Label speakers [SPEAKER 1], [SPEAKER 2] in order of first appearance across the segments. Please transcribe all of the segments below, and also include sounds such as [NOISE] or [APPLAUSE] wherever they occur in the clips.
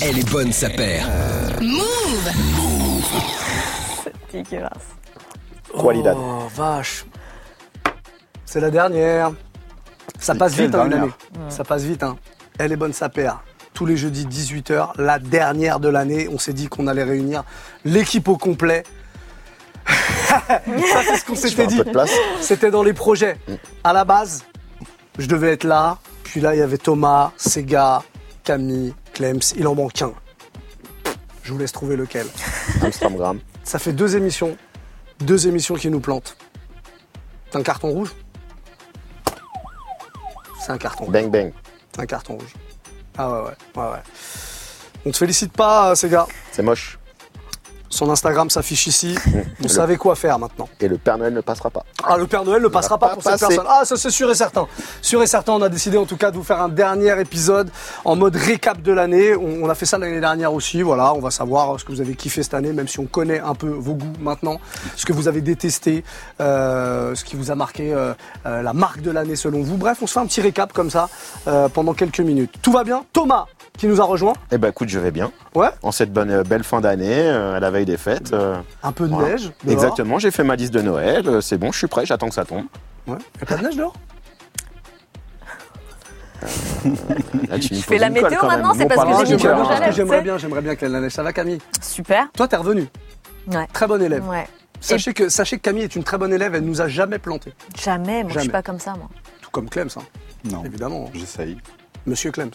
[SPEAKER 1] Elle est bonne sa paire.
[SPEAKER 2] Move
[SPEAKER 3] Dégueulasse.
[SPEAKER 4] Qualidad.
[SPEAKER 5] Oh vache. C'est la dernière. Ça passe
[SPEAKER 4] C'est
[SPEAKER 5] vite
[SPEAKER 4] la
[SPEAKER 5] hein, une année.
[SPEAKER 4] dernière.
[SPEAKER 5] Ça passe vite. hein. Elle est bonne sa paire. Tous les jeudis 18h, la dernière de l'année, on s'est dit qu'on allait réunir l'équipe au complet. [LAUGHS] Ça c'est ce qu'on
[SPEAKER 4] Je fais
[SPEAKER 5] s'était
[SPEAKER 4] un
[SPEAKER 5] dit.
[SPEAKER 4] peu de place. [LAUGHS]
[SPEAKER 5] C'était dans les projets. À la base, je devais être là. Puis là, il y avait Thomas, Sega, Camille, Clems. Il en manque un. Je vous laisse trouver lequel.
[SPEAKER 4] Amstramgram.
[SPEAKER 5] Ça fait deux émissions. Deux émissions qui nous plantent. C'est un carton rouge C'est un carton.
[SPEAKER 4] Bang bang.
[SPEAKER 5] C'est un carton rouge. Ah ouais, ouais, ouais, ouais. On te félicite pas, euh, ces gars.
[SPEAKER 4] C'est moche.
[SPEAKER 5] Son Instagram s'affiche ici. Vous
[SPEAKER 4] Le-
[SPEAKER 5] savez quoi faire maintenant.
[SPEAKER 4] Et le Père Noël ne passera pas.
[SPEAKER 5] Ah, le Père Noël ne passera
[SPEAKER 4] va
[SPEAKER 5] pas,
[SPEAKER 4] pas
[SPEAKER 5] pour
[SPEAKER 4] passer.
[SPEAKER 5] cette personne. Ah, ça c'est sûr et certain. Sûr et certain, on a décidé en tout cas de vous faire un dernier épisode en mode récap de l'année. On, on a fait ça l'année dernière aussi. Voilà, on va savoir ce que vous avez kiffé cette année, même si on connaît un peu vos goûts maintenant, ce que vous avez détesté, euh, ce qui vous a marqué, euh, euh, la marque de l'année selon vous. Bref, on se fait un petit récap comme ça euh, pendant quelques minutes. Tout va bien Thomas qui nous a rejoint.
[SPEAKER 4] Eh ben écoute, je vais bien.
[SPEAKER 5] Ouais.
[SPEAKER 4] En cette bonne euh, belle fin d'année, euh, à la veille des fêtes. euh,
[SPEAKER 5] Un peu de
[SPEAKER 4] voilà.
[SPEAKER 5] neige. dehors.
[SPEAKER 4] Exactement, j'ai fait ma liste de Noël, euh, c'est bon, je suis prêt, j'attends que ça tombe.
[SPEAKER 5] Ouais. Y a pas de neige dehors
[SPEAKER 4] [LAUGHS] Là, tu me
[SPEAKER 3] Je
[SPEAKER 4] poses
[SPEAKER 3] fais la
[SPEAKER 4] une
[SPEAKER 3] météo
[SPEAKER 4] colle, quand même.
[SPEAKER 3] maintenant, c'est
[SPEAKER 4] Bon
[SPEAKER 3] parce que
[SPEAKER 4] parlant
[SPEAKER 5] Ah,
[SPEAKER 3] j'ai
[SPEAKER 4] du
[SPEAKER 3] mis
[SPEAKER 4] cœur,
[SPEAKER 3] mon
[SPEAKER 4] hein.
[SPEAKER 3] rouge à lèvres.
[SPEAKER 5] J'aimerais bien, j'aimerais bien qu'elle la neige. Ça va Camille
[SPEAKER 3] Super.
[SPEAKER 5] Toi, t'es revenu.
[SPEAKER 3] Ouais.
[SPEAKER 5] Très bonne élève.
[SPEAKER 3] Ouais.
[SPEAKER 5] Sachez que, sachez que Camille est une très bonne élève, elle nous a jamais planté.
[SPEAKER 3] Jamais, moi je suis
[SPEAKER 5] Jamais.
[SPEAKER 3] pas comme ça, moi.
[SPEAKER 5] Tout comme Clems, hein,
[SPEAKER 6] Non,
[SPEAKER 5] évidemment.
[SPEAKER 6] j'essaye.
[SPEAKER 5] Monsieur Clems.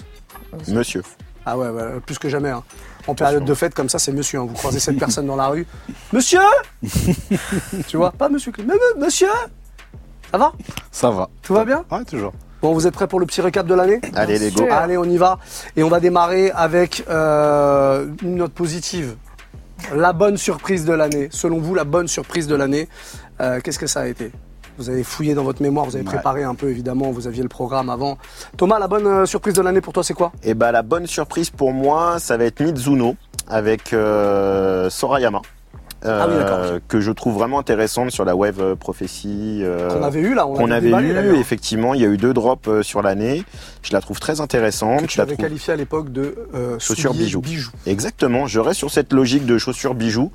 [SPEAKER 4] Monsieur,
[SPEAKER 5] Ah ouais, ouais, plus que jamais. hein. En période de fête comme ça, c'est monsieur. hein. Vous croisez cette personne dans la rue. Monsieur Tu vois Pas monsieur Clems. Mais, mais, monsieur Ça va
[SPEAKER 6] Ça va.
[SPEAKER 5] Tout va bien
[SPEAKER 6] Ouais, toujours.
[SPEAKER 5] Bon, vous êtes prêts pour le petit récap de l'année
[SPEAKER 4] allez les go.
[SPEAKER 3] sûr.
[SPEAKER 5] Allez, on y va. Et on va démarrer avec euh, une note positive. La bonne surprise de l'année. Selon vous, la bonne surprise de l'année, euh, qu'est-ce que ça a été Vous avez fouillé dans votre mémoire, vous avez
[SPEAKER 6] Ouais.
[SPEAKER 5] préparé un peu, évidemment, vous aviez le programme avant. Thomas, la bonne euh, surprise de l'année pour toi, c'est quoi
[SPEAKER 4] Et bah la bonne surprise pour moi, ça va être Mizuno avec euh, Sorayama.
[SPEAKER 5] Ah oui, d'accord,
[SPEAKER 4] Que je trouve vraiment intéressante sur la Wave euh, Prophecy. euh,
[SPEAKER 5] Qu'on avait eu là, on
[SPEAKER 4] qu'on
[SPEAKER 5] l'avait
[SPEAKER 4] avait
[SPEAKER 5] déballé,
[SPEAKER 4] eu,
[SPEAKER 5] d'ailleurs.
[SPEAKER 4] effectivement, il y a eu deux drops euh, sur l'année. Je la trouve très intéressante. Je
[SPEAKER 5] Tu
[SPEAKER 4] la
[SPEAKER 5] l'avais
[SPEAKER 4] trouve...
[SPEAKER 5] qualifié à l'époque de euh,
[SPEAKER 4] Chaussures,
[SPEAKER 5] souliers,
[SPEAKER 4] bijoux. Exactement, je reste sur cette logique de chaussures bijoux.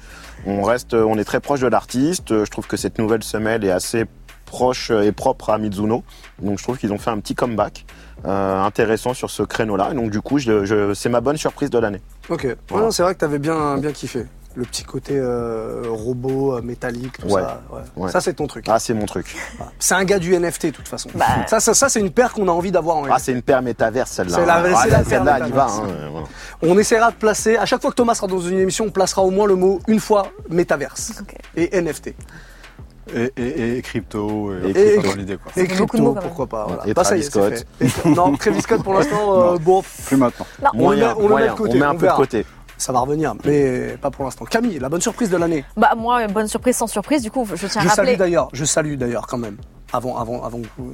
[SPEAKER 4] On reste, euh, on est très proche de l'artiste. Euh, Je trouve que cette nouvelle semelle est assez proche euh, et propre à Mizuno. Donc je trouve qu'ils ont fait un petit comeback euh, intéressant sur ce créneau-là. Et Donc du coup, je, je- c'est ma bonne surprise de l'année.
[SPEAKER 5] Ok. Ouais,
[SPEAKER 4] Voilà.
[SPEAKER 5] non, c'est vrai que t'avais bien, bien kiffé. Le petit côté euh, robot, euh, métallique, tout
[SPEAKER 4] Ouais.
[SPEAKER 5] ça. ouais.
[SPEAKER 4] Ouais.
[SPEAKER 5] Ça, c'est ton truc.
[SPEAKER 4] Ah, c'est mon truc.
[SPEAKER 5] C'est un gars du NFT, de toute façon.
[SPEAKER 3] Bah.
[SPEAKER 5] Ça, ça, ça, c'est une paire qu'on a envie d'avoir en
[SPEAKER 4] Ah, c'est une paire métaverse celle-là.
[SPEAKER 5] C'est la-
[SPEAKER 4] Ah,
[SPEAKER 5] c'est la paire
[SPEAKER 4] celle-là, elle y va.
[SPEAKER 5] métaverse.
[SPEAKER 4] hein, euh, voilà.
[SPEAKER 5] On essaiera de placer, à chaque fois que Thomas sera dans une émission, on placera au moins le mot une fois métaverse
[SPEAKER 3] Ok.
[SPEAKER 5] et NFT.
[SPEAKER 6] Et, et, et crypto, et,
[SPEAKER 4] Et
[SPEAKER 6] c'est
[SPEAKER 5] crypto.
[SPEAKER 6] pas dans l'idée quoi.
[SPEAKER 5] Et
[SPEAKER 3] fait beaucoup de mots,
[SPEAKER 5] crypto,
[SPEAKER 3] quand même.
[SPEAKER 5] pourquoi pas. Voilà.
[SPEAKER 4] Et
[SPEAKER 5] Bah, ça y est,
[SPEAKER 4] Travis
[SPEAKER 5] c'est fait. Et- non, Travis Scott
[SPEAKER 4] [LAUGHS]
[SPEAKER 5] pour l'instant, euh, bon,
[SPEAKER 6] Plus maintenant.
[SPEAKER 5] on le met, on le met de côté.
[SPEAKER 4] on met un
[SPEAKER 5] on
[SPEAKER 4] peu de
[SPEAKER 5] verra.
[SPEAKER 4] côté.
[SPEAKER 5] Ça va revenir, mais pas pour l'instant. Camille, la bonne surprise de l'année.
[SPEAKER 3] Bah, moi, bonne surprise sans surprise, du coup, je tiens à
[SPEAKER 5] Je salue
[SPEAKER 3] rappeler.
[SPEAKER 5] d'ailleurs, je salue d'ailleurs quand même, avant, avant, avant que vous-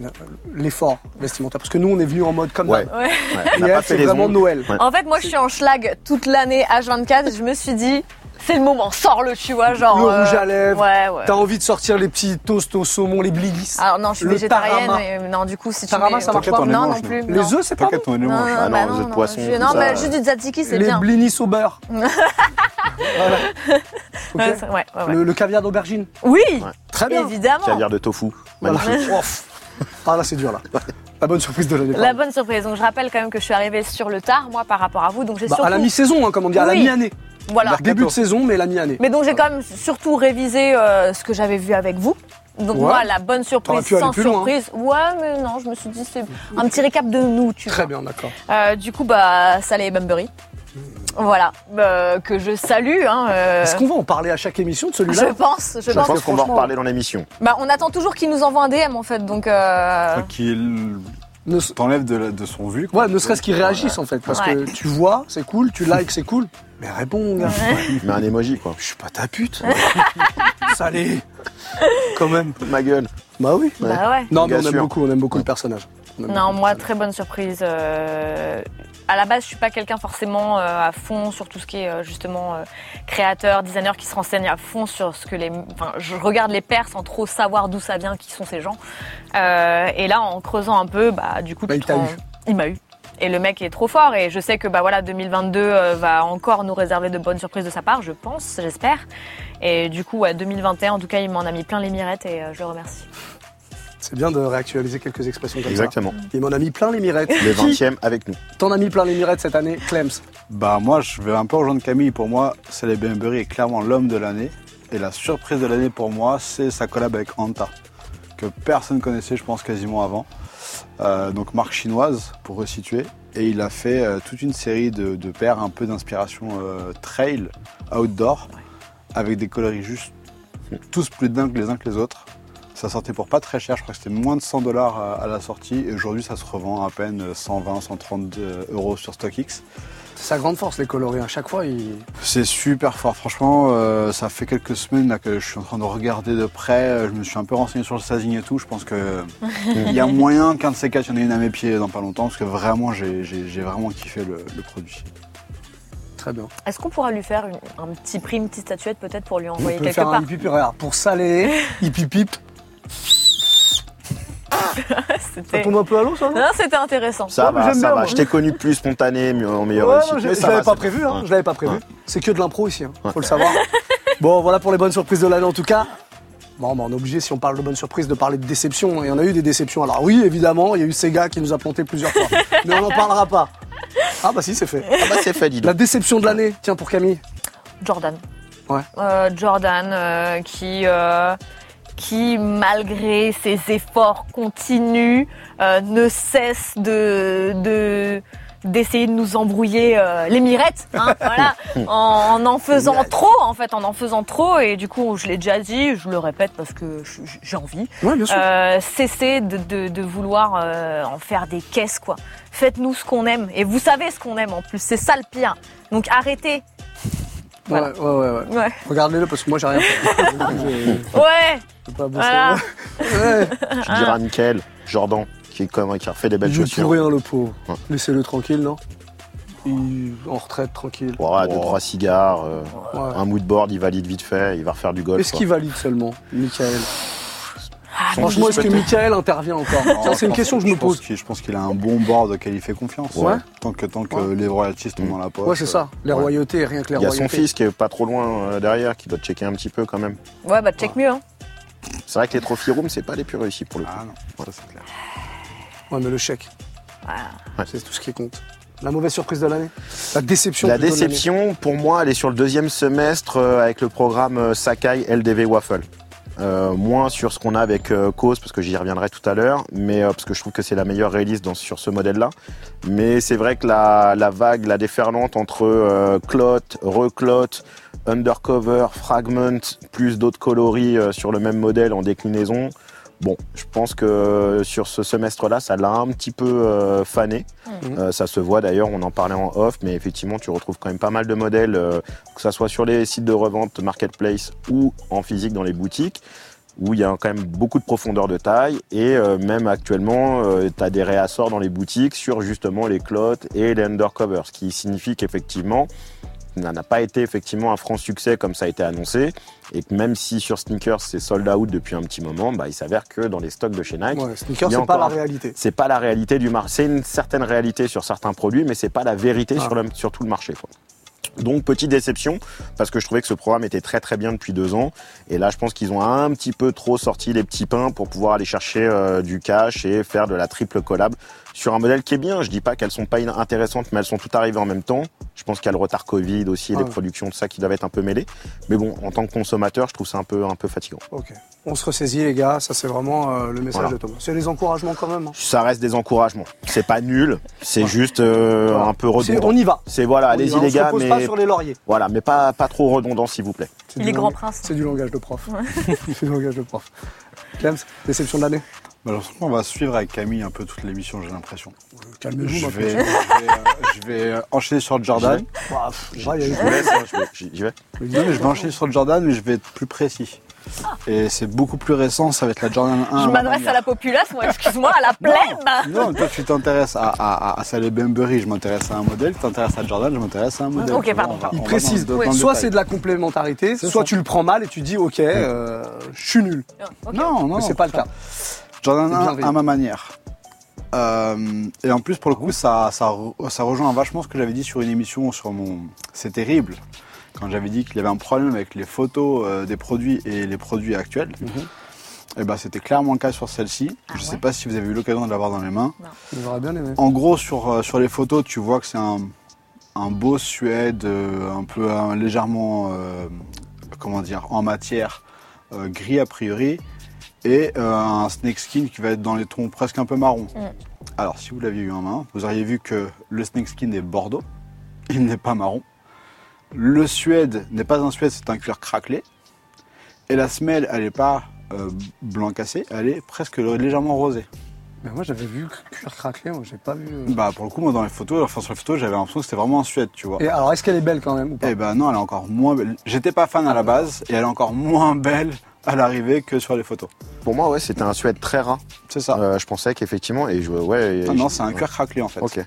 [SPEAKER 5] l'effort vestimentaire, parce que nous on est venu en mode comme
[SPEAKER 4] Ouais.
[SPEAKER 5] ça.
[SPEAKER 3] Ouais.
[SPEAKER 4] Ouais, on
[SPEAKER 5] Et
[SPEAKER 4] n'a
[SPEAKER 5] elle,
[SPEAKER 4] pas
[SPEAKER 5] c'est
[SPEAKER 4] fait les
[SPEAKER 5] vraiment
[SPEAKER 4] ongles.
[SPEAKER 5] Noël.
[SPEAKER 4] Ouais.
[SPEAKER 3] En fait, moi, je suis en schlag toute l'année H24. Je me suis dit, c'est le moment, sors-le, tu vois, genre. euh,
[SPEAKER 5] Le rouge à lèvres.
[SPEAKER 3] Ouais, ouais.
[SPEAKER 5] T'as envie de sortir les petits toasts au saumon, les
[SPEAKER 4] Ah,
[SPEAKER 5] blilis.
[SPEAKER 3] Alors non, je suis
[SPEAKER 5] Le
[SPEAKER 3] végétarienne,
[SPEAKER 5] tarama.
[SPEAKER 3] mais non, du coup, si tu
[SPEAKER 5] Tarama,
[SPEAKER 3] mets-
[SPEAKER 5] ça marche
[SPEAKER 6] T'inquiète,
[SPEAKER 5] pas
[SPEAKER 6] on les
[SPEAKER 3] Non,
[SPEAKER 6] mange,
[SPEAKER 3] non plus.
[SPEAKER 6] nous.
[SPEAKER 5] Les
[SPEAKER 3] non.
[SPEAKER 5] œufs, c'est pas bon.
[SPEAKER 6] T'inquiète, on est
[SPEAKER 3] Non,
[SPEAKER 6] mange.
[SPEAKER 4] Ah
[SPEAKER 3] bah
[SPEAKER 4] non, les œufs de
[SPEAKER 3] non,
[SPEAKER 4] poisson,
[SPEAKER 3] je-
[SPEAKER 4] tout
[SPEAKER 3] Non,
[SPEAKER 4] ça.
[SPEAKER 3] mais juste du tzatziki, c'est
[SPEAKER 5] les
[SPEAKER 3] bien.
[SPEAKER 5] blinis
[SPEAKER 3] [LAUGHS]
[SPEAKER 5] au beurre. Voilà. Ok.
[SPEAKER 3] Ouais, c'est- ouais, ouais, ouais.
[SPEAKER 5] Le, le caviar d'aubergine.
[SPEAKER 3] Oui,
[SPEAKER 5] Très bien.
[SPEAKER 3] évidemment.
[SPEAKER 4] Caviar de tofu.
[SPEAKER 3] [LAUGHS]
[SPEAKER 5] Voilà.
[SPEAKER 4] Magnifique.
[SPEAKER 5] Ouf. Oh, Ah là, c'est dur là. La bonne surprise de l'année.
[SPEAKER 3] La bonne surprise. Donc je rappelle quand même que je suis arrivée sur le tard, moi, par rapport à vous. Donc j'ai
[SPEAKER 5] Bah,
[SPEAKER 3] surtout.
[SPEAKER 5] à la mi-saison, hein, comme on dit, à la
[SPEAKER 3] Oui.
[SPEAKER 5] mi-année. Bah,
[SPEAKER 3] voilà.
[SPEAKER 5] Début de saison, mais la mi-année.
[SPEAKER 3] Mais donc j'ai quand même surtout révisé euh, ce que j'avais vu avec vous. Donc
[SPEAKER 5] Ouais.
[SPEAKER 3] moi, la bonne
[SPEAKER 5] T'aurais
[SPEAKER 3] surprise,
[SPEAKER 5] pu aller
[SPEAKER 3] sans
[SPEAKER 5] plus loin, hein.
[SPEAKER 3] surprise. Ouais, mais non, je me suis dit c'est un petit récap de nous, tu
[SPEAKER 5] Très
[SPEAKER 3] vois.
[SPEAKER 5] bien, d'accord.
[SPEAKER 3] Euh, du coup, bah, Salé et Bumbery. Voilà, Euh, que je salue. Hein, euh,
[SPEAKER 5] Est-ce qu'on va en parler à chaque émission de
[SPEAKER 3] je
[SPEAKER 5] celui-là
[SPEAKER 3] pense, je
[SPEAKER 4] Je
[SPEAKER 3] pense.
[SPEAKER 4] pense qu'on va en
[SPEAKER 5] franchement-
[SPEAKER 4] reparler dans l'émission.
[SPEAKER 3] Bah, on attend toujours qu'ils nous envoient un DM en fait, donc. euh,
[SPEAKER 6] Qu'il
[SPEAKER 5] Ne s-
[SPEAKER 6] t'enlève de, la- de son vue. quoi.
[SPEAKER 5] Ah. Ouais, ne serait-ce qu'ils réagissent en fait. Parce
[SPEAKER 3] Ouais.
[SPEAKER 5] que tu vois, c'est cool, tu likes, c'est cool. Mais réponds, gars.
[SPEAKER 4] Mais un emoji, quoi.
[SPEAKER 5] Je suis pas ta [LAUGHS] pute. Salé. Quand même.
[SPEAKER 4] Ma gueule.
[SPEAKER 5] Bah oui.
[SPEAKER 3] Bah ouais.
[SPEAKER 5] Non, mais
[SPEAKER 4] Bien
[SPEAKER 5] on aime
[SPEAKER 4] sûr.
[SPEAKER 5] beaucoup, on aime beaucoup le personnage. On aime
[SPEAKER 3] Non,
[SPEAKER 5] beaucoup le
[SPEAKER 3] moi,
[SPEAKER 5] personnage.
[SPEAKER 3] très bonne surprise. Euh, à la base, je suis pas quelqu'un forcément euh, à fond sur tout ce qui est euh, justement euh, créateur, designer, qui se renseigne à fond sur ce que les. Enfin, je regarde les pairs sans trop savoir d'où ça vient, qui sont ces gens. Euh, et là, en creusant un peu, bah, du coup,
[SPEAKER 5] Bah,
[SPEAKER 3] tu
[SPEAKER 5] il
[SPEAKER 3] te
[SPEAKER 5] t'a
[SPEAKER 3] rends-
[SPEAKER 5] eu.
[SPEAKER 3] Il m'a eu. Et le mec est trop fort. Et je sais que bah voilà, 2022 euh, va encore nous réserver de bonnes surprises de sa part, je pense, j'espère. Et du coup, ouais, 2021, en tout cas, il m'en a mis plein les mirettes et euh, je le remercie.
[SPEAKER 5] C'est bien de réactualiser quelques expressions comme
[SPEAKER 4] Exactement.
[SPEAKER 5] ça. Il m'en a mis plein les mirettes.
[SPEAKER 4] Les
[SPEAKER 5] [LAUGHS] Qui
[SPEAKER 4] 20e avec nous.
[SPEAKER 5] T'en as mis plein les mirettes cette année, Clems.
[SPEAKER 6] Bah moi je vais un peu rejoindre Camille. Pour moi, Célé Bembury est clairement l'homme de l'année. Et la surprise de l'année pour moi, c'est sa collab avec Anta, que personne connaissait, je pense quasiment avant. Euh, donc marque chinoise pour resituer. Et il a fait euh, toute une série de, de paires un peu d'inspiration euh, trail, outdoor, avec des coloris juste tous plus dingues les uns que les autres. Ça sortait pour pas très cher, je crois que c'était moins de 100 dollars euh, à, à la sortie. Et aujourd'hui, ça se revend à peine euh, 120, 130 euh, euros sur StockX.
[SPEAKER 5] C'est sa grande force, les coloris. À chaque fois, il...
[SPEAKER 6] C'est super fort, franchement, euh, ça fait quelques semaines là, que je suis en train de regarder de près, euh, je me suis un peu renseigné sur le sizing et tout, je pense que
[SPEAKER 5] [LAUGHS]
[SPEAKER 6] il y a moyen qu'un de ces quatre, il y en ait une à mes pieds dans pas longtemps, parce que vraiment j'ai j'ai- j'ai vraiment kiffé le, le produit.
[SPEAKER 5] Très bien.
[SPEAKER 3] Est-ce qu'on pourra lui faire une- un petit prix, une petite statuette peut-être pour lui
[SPEAKER 5] On
[SPEAKER 3] envoyer
[SPEAKER 5] peut
[SPEAKER 3] quelque
[SPEAKER 5] faire
[SPEAKER 3] part
[SPEAKER 5] un hippie regarde, pour saler, hippie pip. Ça
[SPEAKER 3] [LAUGHS] C'était-
[SPEAKER 5] tombe un peu à l'eau, ça, non
[SPEAKER 3] Non, c'était intéressant.
[SPEAKER 4] Ça
[SPEAKER 5] Ouais, mais
[SPEAKER 4] va,
[SPEAKER 5] j'aime
[SPEAKER 4] ça
[SPEAKER 5] bien,
[SPEAKER 4] va.
[SPEAKER 5] moi.
[SPEAKER 4] Je t'ai connu plus spontané, mieux, en meilleure
[SPEAKER 5] Ouais,
[SPEAKER 4] réussite.
[SPEAKER 5] non, je
[SPEAKER 4] Mais
[SPEAKER 5] je
[SPEAKER 4] ça
[SPEAKER 5] l'avais
[SPEAKER 4] va,
[SPEAKER 5] pas
[SPEAKER 4] c'est
[SPEAKER 5] prévu,
[SPEAKER 4] bon.
[SPEAKER 5] hein,
[SPEAKER 4] Ouais.
[SPEAKER 5] je l'avais pas prévu.
[SPEAKER 4] Ouais.
[SPEAKER 5] C'est que de l'impro ici, hein, faut
[SPEAKER 4] [LAUGHS]
[SPEAKER 5] le savoir. bon, voilà pour les bonnes surprises de l'année en tout cas. Bon, bah, on est obligé, si on parle de bonnes surprises, de parler de déceptions. Et on a eu des déceptions. Alors oui, évidemment, il y a eu Sega qui nous a planté plusieurs
[SPEAKER 3] [LAUGHS]
[SPEAKER 5] fois. mais on n'en parlera pas. Ah bah si, c'est fait.
[SPEAKER 4] Ah bah, c'est fait, dis donc.
[SPEAKER 5] La déception de l'année, tiens, pour Camille.
[SPEAKER 3] Jordan.
[SPEAKER 5] Ouais.
[SPEAKER 3] Euh, Jordan euh, qui, euh, qui, malgré ses efforts continus, euh, ne cesse de. de- d'essayer de nous embrouiller euh, les mirettes,
[SPEAKER 5] [LAUGHS]
[SPEAKER 3] hein, voilà, en, en en faisant trop, en fait, en en faisant trop, et du coup, je l'ai déjà dit, je le répète parce que je- j'ai envie,
[SPEAKER 5] Ouais, bien sûr.
[SPEAKER 3] euh, cessez de, de- de vouloir euh, en faire des caisses, quoi. Faites-nous ce qu'on aime, et vous savez ce qu'on aime en plus, c'est ça le pire, donc arrêtez. voilà.
[SPEAKER 5] Ouais, ouais, ouais. ouais.
[SPEAKER 3] Ouais.
[SPEAKER 5] Regardez-le parce que moi j'ai
[SPEAKER 3] [LAUGHS]
[SPEAKER 5] rien fait. J'ai-
[SPEAKER 3] Ouais,
[SPEAKER 5] j'ai pas bossé.
[SPEAKER 3] voilà.
[SPEAKER 5] Ouais.
[SPEAKER 4] Tu
[SPEAKER 5] ah.
[SPEAKER 4] diras nickel, Jordan, qui est quand même qui a fait des belles
[SPEAKER 5] Il joue pour
[SPEAKER 4] chaussures.
[SPEAKER 5] rien, le pauvre.
[SPEAKER 4] Ouais.
[SPEAKER 5] Laissez-le tranquille, non Il- En retraite, tranquille.
[SPEAKER 4] Voilà, deux,
[SPEAKER 6] Wow.
[SPEAKER 4] trois cigares, euh,
[SPEAKER 5] Oh. Ouais.
[SPEAKER 4] un mood board, il valide vite fait, il va refaire du golf.
[SPEAKER 5] Est-ce
[SPEAKER 4] quoi.
[SPEAKER 5] qu'il valide seulement, Michael
[SPEAKER 3] Ah,
[SPEAKER 5] Franchement, est-ce que
[SPEAKER 4] peut-être.
[SPEAKER 5] Michael intervient encore Ça, [LAUGHS]
[SPEAKER 6] Alors,
[SPEAKER 5] c'est une
[SPEAKER 6] pense-
[SPEAKER 5] question que je me
[SPEAKER 6] pense
[SPEAKER 5] pose.
[SPEAKER 6] qu'il- Je pense qu'il a un bon board auquel il fait confiance.
[SPEAKER 5] Ouais.
[SPEAKER 6] Tant que, tant que
[SPEAKER 5] Ouais.
[SPEAKER 6] les royalties tombent dans la poche.
[SPEAKER 5] Ouais, c'est ça. Les
[SPEAKER 6] ouais.
[SPEAKER 5] royautés, rien que les
[SPEAKER 4] Il y a son
[SPEAKER 5] royautés.
[SPEAKER 4] fils qui est pas trop loin euh, derrière, qui doit checker un petit peu quand même.
[SPEAKER 3] Ouais, bah check mieux. Hein.
[SPEAKER 4] C'est vrai que les trophy rooms, c'est pas les plus réussis pour le coup.
[SPEAKER 6] Ah non, ça c'est clair.
[SPEAKER 5] Ouais, mais le chèque,
[SPEAKER 3] Voilà.
[SPEAKER 5] c'est tout ce qui compte. La mauvaise surprise de l'année La déception
[SPEAKER 4] La
[SPEAKER 5] plutôt de l'année.
[SPEAKER 4] déception, pour moi, elle est sur le deuxième semestre euh, avec le programme euh, Sakai LDV Waffle. Euh, moins sur ce qu'on a avec euh, Cause, parce que j'y reviendrai tout à l'heure, mais euh, parce que je trouve que c'est la meilleure release dans, sur ce modèle-là. Mais c'est vrai que la, la vague, la déferlante entre euh, Clot, Reclot, Undercover, Fragment, plus d'autres coloris euh, sur le même modèle en déclinaison. Bon, je pense que euh, sur ce semestre-là, ça l'a un petit peu euh, fané. Euh, ça se voit d'ailleurs, on en parlait en off, mais effectivement, tu retrouves quand même pas mal de modèles, euh, que ça soit sur les sites de revente, marketplace ou en physique dans les boutiques, où il y a quand même beaucoup de profondeur de taille. Et euh, même actuellement, tu as des réassorts dans les boutiques sur justement les clottes et les undercovers, ce qui signifie qu'effectivement, ça n'a pas été effectivement un franc succès comme ça a été annoncé, et que même si sur Sneakers c'est sold out depuis un petit moment, bah, il s'avère que dans les stocks de chez Nike,
[SPEAKER 5] Ouais, sneaker,
[SPEAKER 4] Il y a
[SPEAKER 5] c'est pas la
[SPEAKER 4] encore-
[SPEAKER 5] réalité.
[SPEAKER 4] c'est pas la réalité du marché. C'est une certaine réalité sur certains produits, mais c'est pas la vérité
[SPEAKER 5] Ah.
[SPEAKER 4] sur, le- sur tout le marché. quoi. Donc petite déception parce que je trouvais que ce programme était très très bien depuis deux ans et là je pense qu'ils ont un petit peu trop sorti les petits pains pour pouvoir aller chercher euh, du cash et faire de la triple collab sur un modèle qui est bien. Je dis pas qu'elles sont pas in- intéressantes mais elles sont toutes arrivées en même temps. Je pense qu'il y a le retard Covid aussi,
[SPEAKER 5] Ah
[SPEAKER 4] les
[SPEAKER 5] ouais.
[SPEAKER 4] productions de ça qui doivent être un peu mêlées. Mais bon, en tant que consommateur, je trouve ça un peu un peu fatigant.
[SPEAKER 5] Ok. On se ressaisit, les gars. Ça, c'est vraiment euh, le message
[SPEAKER 4] Voilà.
[SPEAKER 5] de Thomas. C'est les encouragements quand même. hein.
[SPEAKER 4] Ça reste des encouragements. C'est pas nul, c'est juste euh,
[SPEAKER 5] Voilà.
[SPEAKER 4] un peu
[SPEAKER 5] C'est-
[SPEAKER 4] redondant.
[SPEAKER 5] On y va.
[SPEAKER 4] C'est voilà,
[SPEAKER 5] hein, On
[SPEAKER 4] allez-y
[SPEAKER 5] y va.
[SPEAKER 4] les gars,
[SPEAKER 5] On se repose
[SPEAKER 4] mais
[SPEAKER 5] pas sur les lauriers.
[SPEAKER 4] voilà, mais pas, pas trop redondant s'il vous plaît.
[SPEAKER 5] C'est
[SPEAKER 3] Il
[SPEAKER 5] du
[SPEAKER 3] est grand
[SPEAKER 5] langage-
[SPEAKER 3] prince.
[SPEAKER 5] C'est du langage de prof. [LAUGHS] C'est du langage de prof. Clems, déception de l'année
[SPEAKER 6] Bah, alors, franchement, on va suivre avec Camille un peu toute l'émission, j'ai l'impression. Je
[SPEAKER 5] Calmez-vous,
[SPEAKER 6] vais, je, vais, euh, je vais euh, enchaîner sur Jordan.
[SPEAKER 4] Je,
[SPEAKER 5] Ouais, il y a eu-
[SPEAKER 4] je vous laisse, hein, je vais- j'y j'y vais.
[SPEAKER 6] Non, mais je vais enchaîner sur le Jordan, mais je vais être plus précis. Et c'est beaucoup plus récent, ça va être la Jordan 1.
[SPEAKER 3] Je m'adresse à la populace, moi, excuse-moi, à la plèbe.
[SPEAKER 6] Ah, Non, toi tu t'intéresses à, à, à, à Saleh Bembury, je m'intéresse à un modèle, tu t'intéresses à Jordan, je m'intéresse à un modèle.
[SPEAKER 3] Ok,
[SPEAKER 6] Tu vois,
[SPEAKER 3] pardon,
[SPEAKER 6] on va-
[SPEAKER 5] Il
[SPEAKER 6] on va
[SPEAKER 5] précise.
[SPEAKER 6] dans le- dans le
[SPEAKER 5] soit
[SPEAKER 6] détail.
[SPEAKER 5] c'est de la complémentarité,
[SPEAKER 6] C'est
[SPEAKER 5] soit
[SPEAKER 6] ça.
[SPEAKER 5] tu le prends mal et tu dis ok, euh, je suis nul.
[SPEAKER 3] Ok.
[SPEAKER 6] Non, non,
[SPEAKER 5] Mais c'est pas le cas.
[SPEAKER 6] Jordan
[SPEAKER 5] C'est bien
[SPEAKER 6] 1
[SPEAKER 5] vécu.
[SPEAKER 6] à ma manière. Euh, et en plus, pour le coup, ça, ça, re- ça rejoint vachement ce que j'avais dit sur une émission sur mon C'est terrible. Quand j'avais dit qu'il y avait un problème avec les photos euh, des produits et les produits actuels. Et ben, c'était clairement le cas sur celle-ci.
[SPEAKER 3] Ah
[SPEAKER 6] je sais
[SPEAKER 3] ouais
[SPEAKER 6] pas si vous avez eu l'occasion de l'avoir dans les mains.
[SPEAKER 5] J'aurais bien aimé.
[SPEAKER 6] En gros, sur, euh, sur les photos, tu vois que c'est un, un beau Suède, euh, un peu euh, légèrement, euh, comment dire, en matière euh, gris a priori, et euh, un snake skin qui va être dans les tons presque un peu marron.
[SPEAKER 3] Mm.
[SPEAKER 6] Alors, si vous l'aviez eu en main, vous auriez vu que le snake skin est bordeaux, il n'est pas marron. Le Suède n'est pas un Suède, c'est un cuir craquelé. Et la semelle, elle n'est pas euh, blanc cassé, elle est presque légèrement rosée.
[SPEAKER 5] Mais moi, j'avais vu cuir craquelé, moi, j'ai pas vu. euh.
[SPEAKER 6] Bah pour le coup moi dans les photos, enfin sur les photos j'avais l'impression que c'était vraiment un Suède tu vois.
[SPEAKER 5] Et alors, est-ce qu'elle est belle quand même ou pas
[SPEAKER 6] Eh ben non elle est encore moins belle. J'étais pas fan à la base et elle est encore moins belle à l'arrivée que sur les photos.
[SPEAKER 4] Pour moi, ouais, c'était un Suède très rare.
[SPEAKER 6] C'est ça.
[SPEAKER 4] Euh, je pensais qu'effectivement, et je, ouais.
[SPEAKER 6] Ah
[SPEAKER 4] je-
[SPEAKER 6] non c'est un cuir craquelé en fait.
[SPEAKER 4] Ok.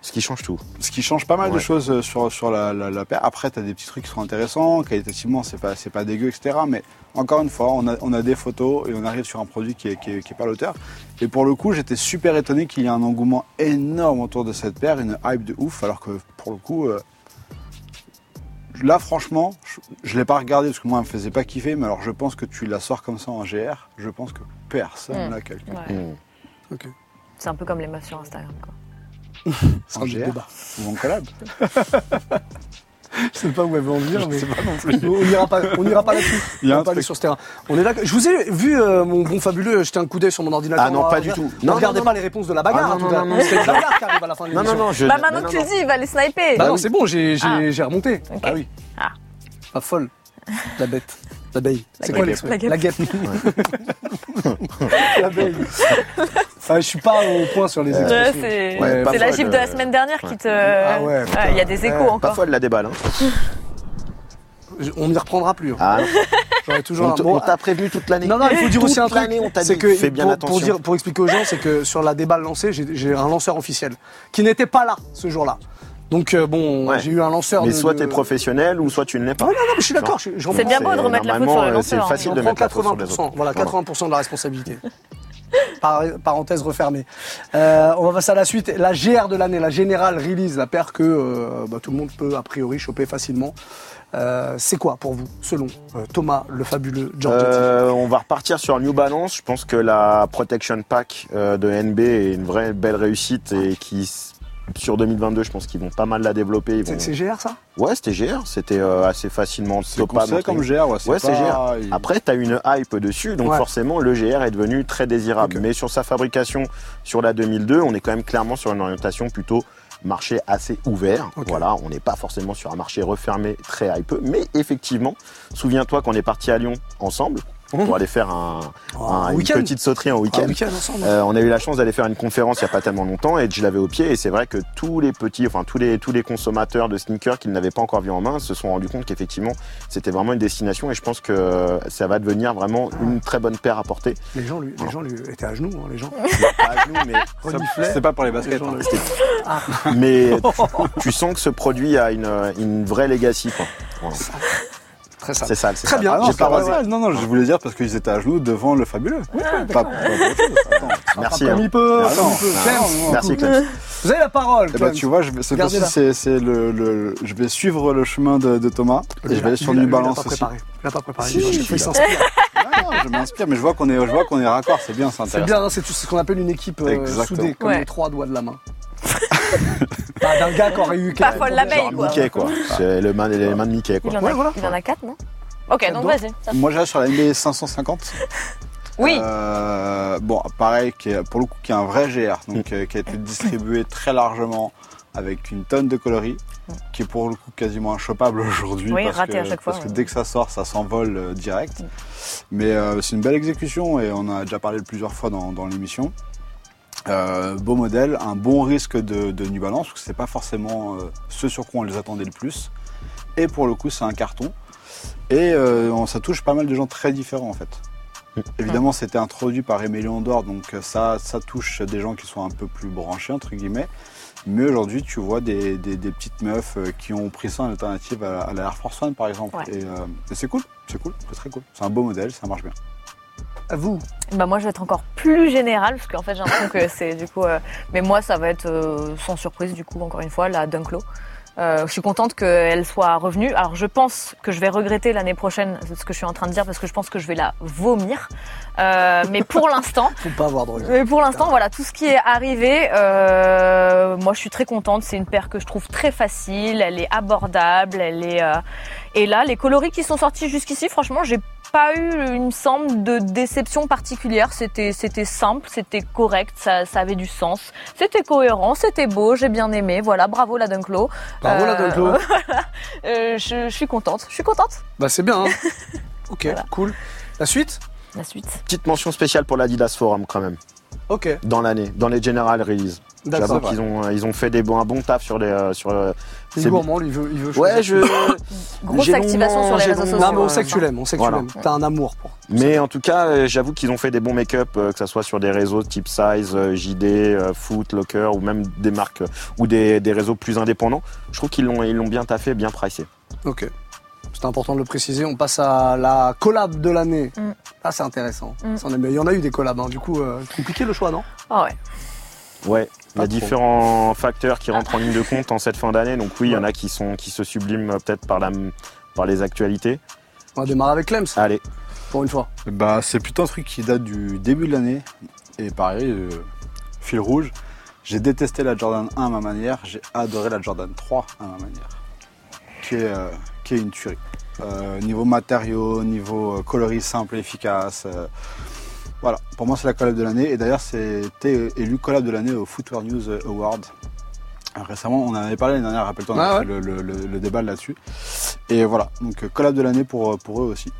[SPEAKER 4] Ce qui change tout.
[SPEAKER 6] Ce qui change pas mal de
[SPEAKER 4] Ouais.
[SPEAKER 6] choses euh, sur, sur la, la, la paire. Après t'as des petits trucs qui sont intéressants, qualitativement c'est pas, c'est pas dégueu etc. Mais encore une fois on a, on a des photos et on arrive sur un produit qui est, qui est, qui est pas l'auteur. Et pour le coup j'étais super étonné qu'il y ait un engouement énorme autour de cette paire, une hype de ouf alors que pour le coup... euh, Là, franchement, je, je l'ai pas regardé parce que moi, elle me faisait pas kiffer, mais alors je pense que tu la sors comme ça en GR, je pense que personne
[SPEAKER 3] Mm.
[SPEAKER 6] la calcule.
[SPEAKER 3] Ouais.
[SPEAKER 4] Mm.
[SPEAKER 5] Ok.
[SPEAKER 3] C'est un peu comme les meufs sur Instagram. Quoi.
[SPEAKER 5] C'est
[SPEAKER 6] En
[SPEAKER 5] un autre
[SPEAKER 6] GR
[SPEAKER 5] débat.
[SPEAKER 6] ou en collab.
[SPEAKER 5] Je sais pas où
[SPEAKER 4] [LAUGHS]
[SPEAKER 5] elle veut en venir, mais.
[SPEAKER 6] Je sais pas non plus.
[SPEAKER 5] On n'ira pas, on n'ira pas là-dessus.
[SPEAKER 6] Il y a
[SPEAKER 5] on
[SPEAKER 6] un
[SPEAKER 5] va pas aller
[SPEAKER 6] truc.
[SPEAKER 5] sur ce terrain. On est là. Je vous ai vu euh, mon bon fabuleux jeter un coup d'œil sur mon ordinateur.
[SPEAKER 4] Ah non,
[SPEAKER 5] Moi,
[SPEAKER 4] pas du
[SPEAKER 5] regarde-
[SPEAKER 4] tout.
[SPEAKER 5] Ne
[SPEAKER 4] Non,
[SPEAKER 5] regardez
[SPEAKER 4] non,
[SPEAKER 5] pas
[SPEAKER 4] non.
[SPEAKER 5] les réponses de la bagarre.
[SPEAKER 4] Ah
[SPEAKER 5] hein,
[SPEAKER 4] non,
[SPEAKER 5] tout à
[SPEAKER 4] non,
[SPEAKER 5] l'heure.
[SPEAKER 4] non.
[SPEAKER 5] C'est la bagarre qui arrive à la fin de
[SPEAKER 4] Non,
[SPEAKER 5] l'émission.
[SPEAKER 4] non, non, je.
[SPEAKER 3] Bah maintenant
[SPEAKER 4] non,
[SPEAKER 3] que
[SPEAKER 4] non,
[SPEAKER 3] tu le
[SPEAKER 4] non.
[SPEAKER 3] dis, il va les sniper.
[SPEAKER 5] Bah non, c'est bon, j'ai j'ai-
[SPEAKER 3] Ah.
[SPEAKER 5] j'ai remonté.
[SPEAKER 3] Ok.
[SPEAKER 5] Ah oui.
[SPEAKER 3] Ah.
[SPEAKER 5] Pas folle. La bête. L'abeille. C'est
[SPEAKER 3] guêpe.
[SPEAKER 5] quoi l'expression
[SPEAKER 3] La guêpe.
[SPEAKER 5] La guêpe.
[SPEAKER 3] [LAUGHS]
[SPEAKER 5] [LAUGHS] L'abeille. Ah, je suis pas au point sur les
[SPEAKER 3] Ouais,
[SPEAKER 5] expressions.
[SPEAKER 3] c'est
[SPEAKER 4] Ouais,
[SPEAKER 3] c'est
[SPEAKER 4] pas
[SPEAKER 3] la
[SPEAKER 4] folle,
[SPEAKER 3] gifle de la
[SPEAKER 4] euh,
[SPEAKER 3] semaine dernière qui te.
[SPEAKER 5] Ah ouais,
[SPEAKER 3] il y a des échos
[SPEAKER 5] ouais,
[SPEAKER 3] encore.
[SPEAKER 4] Parfois, elle la déballe. Hein.
[SPEAKER 5] Je- On n'y reprendra plus. hein.
[SPEAKER 4] Ah, non.
[SPEAKER 5] J'aurai toujours
[SPEAKER 4] on
[SPEAKER 5] un
[SPEAKER 4] t-
[SPEAKER 5] mot.
[SPEAKER 4] on t'a prévenu toute l'année.
[SPEAKER 5] Non, non, il faut dire
[SPEAKER 4] Toute
[SPEAKER 5] aussi un truc.
[SPEAKER 4] l'année, on t'a
[SPEAKER 5] C'est
[SPEAKER 4] dit,
[SPEAKER 5] que
[SPEAKER 4] fais bien
[SPEAKER 5] pour,
[SPEAKER 4] attention.
[SPEAKER 5] pour dire, pour expliquer aux gens, c'est que sur la déballe lancée, j'ai j'ai un lanceur officiel qui n'était pas là ce jour-là. Donc euh, bon,
[SPEAKER 4] Ouais.
[SPEAKER 5] j'ai eu un lanceur.
[SPEAKER 4] Mais
[SPEAKER 5] de-
[SPEAKER 4] soit
[SPEAKER 5] de-
[SPEAKER 4] t'es professionnel ou soit tu ne l'es
[SPEAKER 5] Ah
[SPEAKER 4] pas.
[SPEAKER 5] ouais, non, non, mais je suis d'accord. je- je
[SPEAKER 3] C'est bien
[SPEAKER 5] reprends-
[SPEAKER 3] beau de remettre la faute sur
[SPEAKER 4] normalement,
[SPEAKER 3] le
[SPEAKER 4] euh, C'est
[SPEAKER 3] lanceur, hein.
[SPEAKER 4] facile
[SPEAKER 5] on
[SPEAKER 4] de
[SPEAKER 5] prend
[SPEAKER 4] mettre la faute sur les
[SPEAKER 5] 80%,
[SPEAKER 4] autres.
[SPEAKER 5] voilà, 80% de la responsabilité. Par- parenthèse refermée. Euh, on va passer à la suite. La GR de l'année, la General Release, la paire que euh, bah, tout le monde peut a priori choper facilement. Euh, c'est quoi pour vous, selon euh, Thomas le fabuleux Giorgetti
[SPEAKER 4] Euh, on va repartir sur New Balance. Je pense que la Protection Pack euh, de NB est une vraie belle réussite et qui s- sur 2022, je pense qu'ils vont pas mal la développer. Ils vont-
[SPEAKER 5] C'est c'est GR ça
[SPEAKER 4] Ouais, c'était GR, c'était euh, assez facilement
[SPEAKER 6] C'est
[SPEAKER 4] stoppable.
[SPEAKER 6] considéré
[SPEAKER 4] entre
[SPEAKER 6] comme
[SPEAKER 4] guillemets.
[SPEAKER 6] GR, ouais.
[SPEAKER 4] Ouais, c'est
[SPEAKER 6] pas- il-
[SPEAKER 4] Après, tu as une hype dessus, donc
[SPEAKER 5] Ouais.
[SPEAKER 4] forcément, le GR est devenu très désirable.
[SPEAKER 5] Ok.
[SPEAKER 4] Mais sur sa fabrication, sur la 2002, on est quand même clairement sur une orientation plutôt marché assez ouvert.
[SPEAKER 5] Ok.
[SPEAKER 4] Voilà, on n'est pas forcément sur un marché refermé très hype. Mais effectivement, souviens-toi qu'on est parti à Lyon ensemble
[SPEAKER 5] Mhm.
[SPEAKER 4] pour aller faire un, un-
[SPEAKER 5] Oh, Un
[SPEAKER 4] une
[SPEAKER 5] week-end
[SPEAKER 4] petite sauterie en
[SPEAKER 5] Un
[SPEAKER 4] week-end.
[SPEAKER 5] week-end ensemble.
[SPEAKER 4] Euh, on a eu la chance d'aller faire une conférence il n'y a pas tellement longtemps et je l'avais au pied et c'est vrai que tous les petits, enfin tous les, tous les consommateurs de sneakers qu'ils n'avaient pas encore vu en main se sont rendus compte qu'effectivement c'était vraiment une destination et je pense que ça va devenir vraiment une très bonne paire à porter.
[SPEAKER 5] Les gens, lui, les gens lui étaient à genoux, hein, les gens.
[SPEAKER 4] Pas à genoux, mais
[SPEAKER 5] Reniflaient.
[SPEAKER 6] C'est pas pour les
[SPEAKER 5] Les
[SPEAKER 6] baskets.
[SPEAKER 5] gens
[SPEAKER 6] hein.
[SPEAKER 5] le-
[SPEAKER 4] [LAUGHS]
[SPEAKER 5] [LAUGHS]
[SPEAKER 4] mais tu, tu sens que ce produit a une, une vraie legacy quoi. Voilà.
[SPEAKER 5] Très
[SPEAKER 4] C'est
[SPEAKER 5] sale.
[SPEAKER 4] ça, c'est
[SPEAKER 5] Très
[SPEAKER 4] ça.
[SPEAKER 5] bien.
[SPEAKER 6] Ah non,
[SPEAKER 4] J'ai
[SPEAKER 6] c'est
[SPEAKER 4] pas
[SPEAKER 6] pas
[SPEAKER 4] rasé.
[SPEAKER 6] vrai. Non, non, je voulais dire parce qu'ils étaient à genoux devant le fabuleux. Pas- pas pour autre chose, attends.
[SPEAKER 4] Merci.
[SPEAKER 5] Comme
[SPEAKER 4] hein.
[SPEAKER 5] il peut,
[SPEAKER 6] Ah
[SPEAKER 5] comme
[SPEAKER 6] non,
[SPEAKER 5] il peut.
[SPEAKER 6] non,
[SPEAKER 5] Clem,
[SPEAKER 6] non,
[SPEAKER 4] Merci
[SPEAKER 5] écoute,
[SPEAKER 4] Clem.
[SPEAKER 5] Vous avez la parole.
[SPEAKER 6] Eh ben,
[SPEAKER 5] Clem.
[SPEAKER 6] tu vois, je vais- c'est comme si
[SPEAKER 5] Gardez-la.
[SPEAKER 6] c'est, c'est le, le- je vais suivre le chemin de, de Thomas et je vais aller sur
[SPEAKER 5] Lui,
[SPEAKER 6] New
[SPEAKER 5] lui, il l'a
[SPEAKER 6] Balance
[SPEAKER 5] pas
[SPEAKER 6] aussi.
[SPEAKER 5] préparé. Il l'a pas préparé.
[SPEAKER 6] Si,
[SPEAKER 5] Il
[SPEAKER 6] si,
[SPEAKER 5] faut- il
[SPEAKER 6] si.
[SPEAKER 5] s'inspire.
[SPEAKER 6] Ah non, je m'inspire, mais je vois qu'on est, je vois qu'on est raccord, c'est bien, c'est
[SPEAKER 5] C'est
[SPEAKER 6] intéressant.
[SPEAKER 5] bien, hein, c'est tout- c'est ce qu'on appelle une équipe euh,
[SPEAKER 6] Exactement.
[SPEAKER 5] soudée, comme
[SPEAKER 3] Ouais.
[SPEAKER 5] les trois doigts de la main. Bah, D'un gars qui aurait eu.
[SPEAKER 3] Pas folle la
[SPEAKER 5] Ouais,
[SPEAKER 3] veille,
[SPEAKER 4] Genre
[SPEAKER 3] quoi.
[SPEAKER 4] Mickey quoi. C'est le main, les mains de Mickey quoi.
[SPEAKER 3] Il en,
[SPEAKER 5] Ouais,
[SPEAKER 3] a,
[SPEAKER 5] voilà.
[SPEAKER 3] il en a 4, non Ok, donc
[SPEAKER 5] bon.
[SPEAKER 3] vas-y.
[SPEAKER 6] Moi, j'allais sur la NBA 550.
[SPEAKER 3] Oui,
[SPEAKER 6] Euh, bon, pareil, qui est- pour le coup, qui est un vrai GR, donc euh, qui a été distribué très largement avec une tonne de coloris, qui est pour le coup quasiment inchopable aujourd'hui.
[SPEAKER 3] Oui,
[SPEAKER 6] parce
[SPEAKER 3] raté
[SPEAKER 6] que,
[SPEAKER 3] à chaque fois,
[SPEAKER 6] Parce que
[SPEAKER 3] ouais.
[SPEAKER 6] dès que ça sort, ça s'envole euh, direct. Mais euh, c'est une belle exécution et on en a déjà parlé plusieurs fois dans, dans l'émission. Euh, beau modèle, un bon risque de, de New Balance, parce que c'est pas forcément euh, ce sur quoi on les attendait le plus. Et pour le coup, c'est un carton. Et euh, on- ça touche pas mal de gens très différents en fait. Évidemment, c'était introduit par Emilion Dor, donc euh, ça, ça touche des gens qui sont un peu plus branchés, entre guillemets. Mais aujourd'hui, tu vois des, des- des petites meufs euh, qui ont pris ça en alternative à, la- à la Air Force One, par exemple.
[SPEAKER 3] Ouais.
[SPEAKER 6] Et, euh, et c'est cool, c'est cool, c'est très cool. C'est un beau modèle, ça marche bien.
[SPEAKER 5] à vous.
[SPEAKER 3] Bah moi je vais être encore plus générale parce qu'en fait j'ai l'impression que c'est du coup. euh, mais moi ça va être euh, sans surprise du coup encore une fois la Dunklo. Euh, je suis contente qu'elle soit revenue. Alors je pense que je vais regretter l'année prochaine ce que je suis en train de dire parce que je pense que je vais la vomir. Euh, mais pour l'instant,
[SPEAKER 5] Faut pas avoir de regret.
[SPEAKER 3] mais pour l'instant voilà tout ce qui est arrivé. euh, moi je suis très contente. C'est une paire que je trouve très facile. Elle est abordable. Elle est euh, et là les coloris qui sont sortis jusqu'ici franchement j'ai pas eu, il me semble, de déception particulière. C'était, c'était simple, c'était correct, ça, ça avait du sens, c'était cohérent, c'était beau, j'ai bien aimé. Voilà, bravo la Dunklo.
[SPEAKER 5] Bravo la
[SPEAKER 3] Euh,
[SPEAKER 5] Dunklo.
[SPEAKER 3] Euh, je, je suis contente, je suis contente.
[SPEAKER 5] Bah
[SPEAKER 3] [LAUGHS]
[SPEAKER 5] c'est bien. hein. ok,
[SPEAKER 3] Voilà.
[SPEAKER 5] cool. La suite
[SPEAKER 3] La suite.
[SPEAKER 4] Petite mention spéciale pour l'Adidas Forum quand même,
[SPEAKER 5] Ok,
[SPEAKER 4] dans l'année, dans les General Release. J'avoue
[SPEAKER 5] d'accord.
[SPEAKER 4] qu'ils ont, euh, ils ont fait des, bons- un bon taf sur les. euh, sur, euh,
[SPEAKER 5] C'est
[SPEAKER 4] c'est-
[SPEAKER 5] gourmand, lui, il veut, il veut
[SPEAKER 4] Ouais,
[SPEAKER 5] choisir.
[SPEAKER 4] je.
[SPEAKER 3] Grosse
[SPEAKER 4] J'ai
[SPEAKER 3] activation
[SPEAKER 4] longuement-
[SPEAKER 3] sur les
[SPEAKER 4] j'ai
[SPEAKER 3] réseaux sociaux.
[SPEAKER 4] longuement-
[SPEAKER 3] euh,
[SPEAKER 5] Non, mais on sait que tu l'aimes, on sait que
[SPEAKER 4] Voilà.
[SPEAKER 5] tu l'aimes. T'as un amour pour.
[SPEAKER 4] [LAUGHS] Mais en tout cas, euh, j'avoue qu'ils ont fait des bons make-up, euh, que ce soit sur des réseaux type Size, euh, JD, euh, Foot, Locker, ou même des marques euh, ou des, des réseaux plus indépendants. Je trouve qu'ils l'ont, ils l'ont bien taffé, bien pricé.
[SPEAKER 5] Ok. C'est important de le préciser. On passe à la collab de l'année.
[SPEAKER 3] Mm.
[SPEAKER 5] Ah, c'est intéressant.
[SPEAKER 3] Mm.
[SPEAKER 5] Ça, on aime bien. Il y en a eu des collabs, hein. du coup, euh, c'est compliqué le choix, non
[SPEAKER 3] Ah ouais.
[SPEAKER 4] Ouais, il y
[SPEAKER 5] Pas
[SPEAKER 4] a
[SPEAKER 5] trop.
[SPEAKER 4] différents facteurs qui rentrent en
[SPEAKER 5] [LAUGHS]
[SPEAKER 4] ligne de compte en cette fin d'année. Donc oui, il y en
[SPEAKER 5] Ouais.
[SPEAKER 4] a qui, sont, qui se subliment euh, peut-être par, la, par les actualités.
[SPEAKER 5] On va démarrer avec Clems,
[SPEAKER 4] Allez,
[SPEAKER 5] pour une fois.
[SPEAKER 6] Bah, c'est plutôt un truc qui date du début de l'année. Et pareil, euh, fil rouge. J'ai détesté la Jordan 1 à ma manière. J'ai adoré la Jordan 3 à ma manière. Qui est, euh, qui est une tuerie. Euh, niveau matériaux, niveau euh, coloris simple et efficace. euh, voilà, pour moi, c'est la collab de l'année. Et d'ailleurs, c'était élu collab de l'année au Footwear News Award. Récemment, on en avait parlé l'année dernière, rappelle-toi, on a
[SPEAKER 5] Ah
[SPEAKER 6] fait le, le- le- le débat là-dessus. Et voilà, donc euh, collab de l'année pour, euh, pour eux aussi.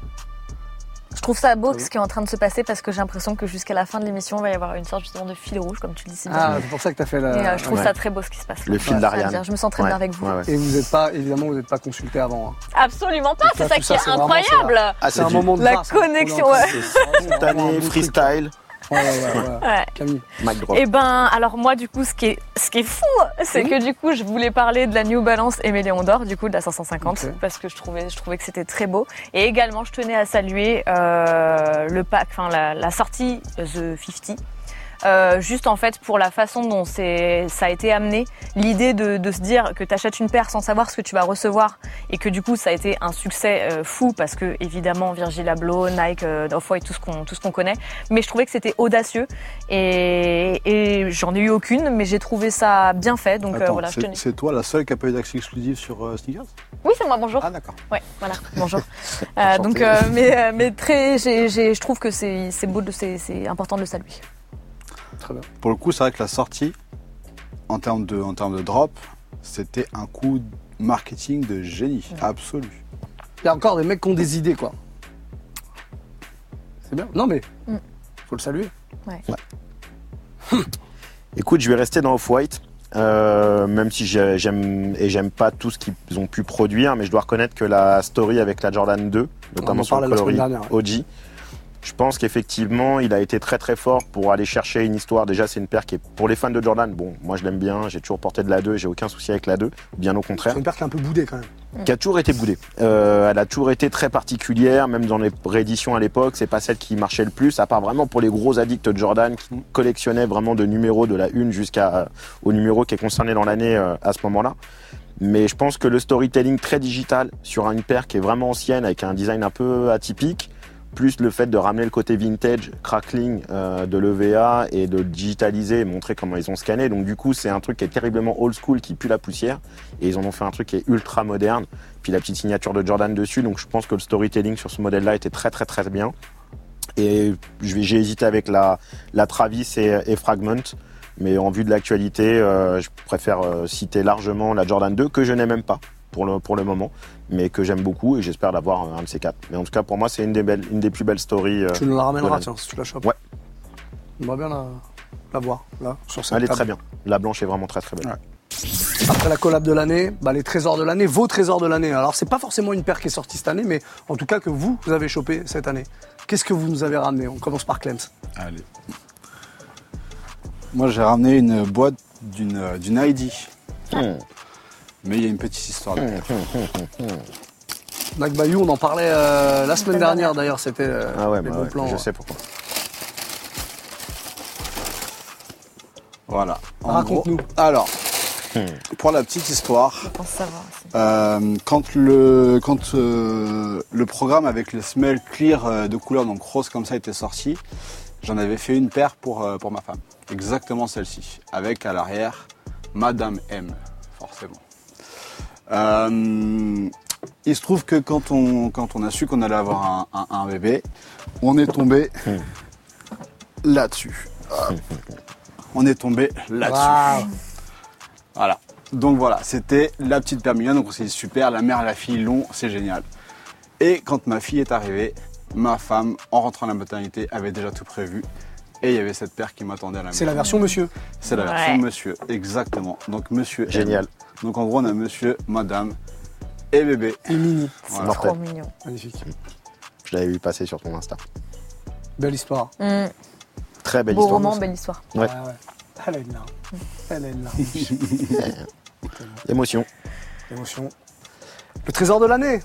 [SPEAKER 3] Je trouve ça beau ce qui est en train de se passer parce que j'ai l'impression que jusqu'à la fin de l'émission, il va y avoir une sorte justement de fil rouge, comme tu le dis si bien.
[SPEAKER 5] Ah, c'est pour ça que t'as fait
[SPEAKER 3] Et,
[SPEAKER 5] la.
[SPEAKER 3] euh, je trouve ça très beau ce qui se passe.
[SPEAKER 4] le
[SPEAKER 3] Ça
[SPEAKER 4] fil
[SPEAKER 3] me
[SPEAKER 4] d'Ariane.
[SPEAKER 3] vient. Je me sens très
[SPEAKER 4] Ouais,
[SPEAKER 3] bien avec vous.
[SPEAKER 4] ouais, ouais.
[SPEAKER 5] Et vous n'êtes pas, évidemment, vous n'êtes pas consulté avant. hein.
[SPEAKER 3] Absolument pas,
[SPEAKER 5] Tout
[SPEAKER 3] c'est
[SPEAKER 5] ça,
[SPEAKER 3] ça
[SPEAKER 5] tout
[SPEAKER 3] qui
[SPEAKER 5] ça,
[SPEAKER 3] est
[SPEAKER 5] c'est vraiment,
[SPEAKER 3] incroyable.
[SPEAKER 4] Ah,
[SPEAKER 5] C'est un
[SPEAKER 4] du
[SPEAKER 5] moment de
[SPEAKER 3] La
[SPEAKER 5] grâce, hein. On est en
[SPEAKER 3] connexion,
[SPEAKER 5] train de-
[SPEAKER 3] ouais.
[SPEAKER 5] c'est vraiment un
[SPEAKER 4] spontané,
[SPEAKER 5] bon truc.
[SPEAKER 4] freestyle,
[SPEAKER 5] Ouais, ouais, ouais.
[SPEAKER 3] Ouais.
[SPEAKER 5] Camille.
[SPEAKER 4] Mac Drop.
[SPEAKER 3] Eh ben, alors moi, du coup, ce qui est, ce qui est fou, c'est
[SPEAKER 5] Oui.
[SPEAKER 3] que du coup, je voulais parler de la New Balance et Méléon d'Or, du coup, de la 550,
[SPEAKER 5] Ok.
[SPEAKER 3] parce que je trouvais, je trouvais que c'était très beau. Et également, je tenais à saluer euh, le pack, enfin la, la sortie The 50. Euh, juste en fait pour la façon dont c'est ça a été amené, l'idée de, de se dire que tu achètes une paire sans savoir ce que tu vas recevoir et que du coup ça a été un succès euh, fou parce que évidemment Virgil Abloh, Nike, euh, Off-White, tout ce qu'on tout ce qu'on connaît, mais je trouvais que c'était audacieux et, et j'en ai eu aucune, mais j'ai trouvé ça bien fait, donc euh,
[SPEAKER 6] Attends,
[SPEAKER 3] voilà, je
[SPEAKER 6] c'est-
[SPEAKER 3] tenais.
[SPEAKER 6] c'est toi la seule qui a pas eu d'accès exclusif sur euh, Sneakers
[SPEAKER 3] Oui, c'est moi, bonjour.
[SPEAKER 6] Ah d'accord.
[SPEAKER 3] Ouais, voilà, bonjour. Euh, donc, euh, mais, euh, mais très, j'ai- j'ai- je trouve que c'est c'est beau, de le- c'est c'est important de le saluer.
[SPEAKER 5] Très bien.
[SPEAKER 6] Pour le coup, c'est vrai que la sortie, en termes de, en termes de drop, c'était un coup de marketing de génie, absolu.
[SPEAKER 5] Il y a encore des mecs qui ont des idées, quoi. C'est bien. Non, mais.
[SPEAKER 3] Mm.
[SPEAKER 5] Faut le saluer.
[SPEAKER 4] Écoute, je vais rester dans Off-White. euh, même si j'ai- j'aime et j'aime pas tout ce qu'ils ont pu produire, mais je dois reconnaître que la story avec la Jordan 2,
[SPEAKER 5] On en
[SPEAKER 4] notamment sur le
[SPEAKER 5] parlait la semaine
[SPEAKER 4] coloris
[SPEAKER 5] dernière, ouais.
[SPEAKER 4] OG, je pense qu'effectivement il a été très très fort pour aller chercher une histoire. Déjà, c'est une paire qui est pour les fans de Jordan. Bon, moi je l'aime bien, j'ai toujours porté de la 2, j'ai aucun souci avec la 2, bien au contraire
[SPEAKER 5] C'est une perte un peu boudée, quand même.
[SPEAKER 4] qui a toujours été boudée. Euh, elle a toujours été très particulière, même dans les rééditions à l'époque, c'est pas celle qui marchait le plus, à part vraiment pour les gros addicts de Jordan qui collectionnaient vraiment de numéros de la une jusqu'à euh, au numéro qui est concerné dans l'année euh, à ce moment-là. Mais je pense que le storytelling très digital sur une paire qui est vraiment ancienne avec un design un peu atypique, plus le fait de ramener le côté vintage, crackling euh, de l'EVA et de le digitaliser et montrer comment ils ont scanné. Donc du coup, c'est un truc qui est terriblement old school, qui pue la poussière. Et ils en ont fait un truc qui est ultra moderne puis la petite signature de Jordan dessus. Donc je pense que le storytelling sur ce modèle-là était très très très bien. Et je vais- j'ai hésité avec la, la Travis et, et Fragment. Mais en vue de l'actualité, euh, je préfère euh, citer largement la Jordan 2, que je n'ai même pas pour le, pour le moment, mais que j'aime beaucoup et j'espère l'avoir euh, un de ces quatre. Mais en tout cas, pour moi, c'est une, des belles- une des plus belles stories. euh.
[SPEAKER 5] Tu nous la ramèneras,
[SPEAKER 4] Voilà.
[SPEAKER 5] tiens, si tu la chopes.
[SPEAKER 4] Ouais.
[SPEAKER 5] On va bien la, la voir, là, sur cette
[SPEAKER 4] Elle est
[SPEAKER 5] table.
[SPEAKER 4] très bien. La blanche est vraiment très très belle.
[SPEAKER 6] Ouais.
[SPEAKER 5] Après la collab de l'année, bah, les trésors de l'année, vos trésors de l'année. Alors, c'est pas forcément une paire qui est sortie cette année, mais en tout cas que vous, vous avez chopé cette année. Qu'est-ce que vous nous avez ramené On commence par Clems.
[SPEAKER 6] Allez. Moi, j'ai ramené une boîte d'une euh, d'une ID,
[SPEAKER 3] Ah.
[SPEAKER 4] Hum,
[SPEAKER 6] mais il y a une petite histoire. derrière.
[SPEAKER 5] Mac Bayou, on en parlait euh, la semaine dernière d'ailleurs, c'était euh,
[SPEAKER 4] Ah ouais,
[SPEAKER 5] les
[SPEAKER 4] bah
[SPEAKER 5] bons
[SPEAKER 4] ouais,
[SPEAKER 5] plans. euh,
[SPEAKER 4] je sais pourquoi.
[SPEAKER 6] Voilà. En
[SPEAKER 5] Raconte-nous.
[SPEAKER 6] gros. Alors, pour la petite histoire,
[SPEAKER 3] Je pense savoir. aussi.
[SPEAKER 6] euh, quand le quand euh, le programme avec les semelles clear euh, de couleur donc rose comme ça était sorti, j'en avais fait une paire pour euh, pour ma femme, exactement celle-ci, avec à l'arrière Madame M, forcément. Euh, il se trouve que quand on quand on a su qu'on allait avoir un, un- un bébé, on est tombé là-dessus. On est tombé là-dessus.
[SPEAKER 5] Waouh.
[SPEAKER 6] Voilà. Donc voilà, c'était la petite paire mignonne. Donc c'est super, la mère et la fille long, c'est génial. Et quand ma fille est arrivée, ma femme, en rentrant à la maternité, avait déjà tout prévu. Et il y avait cette paire qui m'attendait à la
[SPEAKER 5] C'est la
[SPEAKER 6] maison.
[SPEAKER 5] version monsieur.
[SPEAKER 6] C'est la version
[SPEAKER 3] Ouais.
[SPEAKER 6] monsieur, exactement. Donc monsieur. M.
[SPEAKER 4] Génial.
[SPEAKER 6] Donc en gros, on a monsieur, madame et bébé.
[SPEAKER 5] Et mini.
[SPEAKER 3] C'est
[SPEAKER 4] Voilà.
[SPEAKER 3] trop mignon.
[SPEAKER 5] Magnifique.
[SPEAKER 4] Je l'avais vu passer sur ton Insta.
[SPEAKER 5] Belle histoire.
[SPEAKER 3] Mmh.
[SPEAKER 4] Très belle
[SPEAKER 3] Beau
[SPEAKER 4] histoire.
[SPEAKER 3] roman, belle histoire.
[SPEAKER 4] Ouais.
[SPEAKER 5] Elle est là. Elle est là.
[SPEAKER 4] Émotion.
[SPEAKER 5] Émotion. Le trésor de l'année.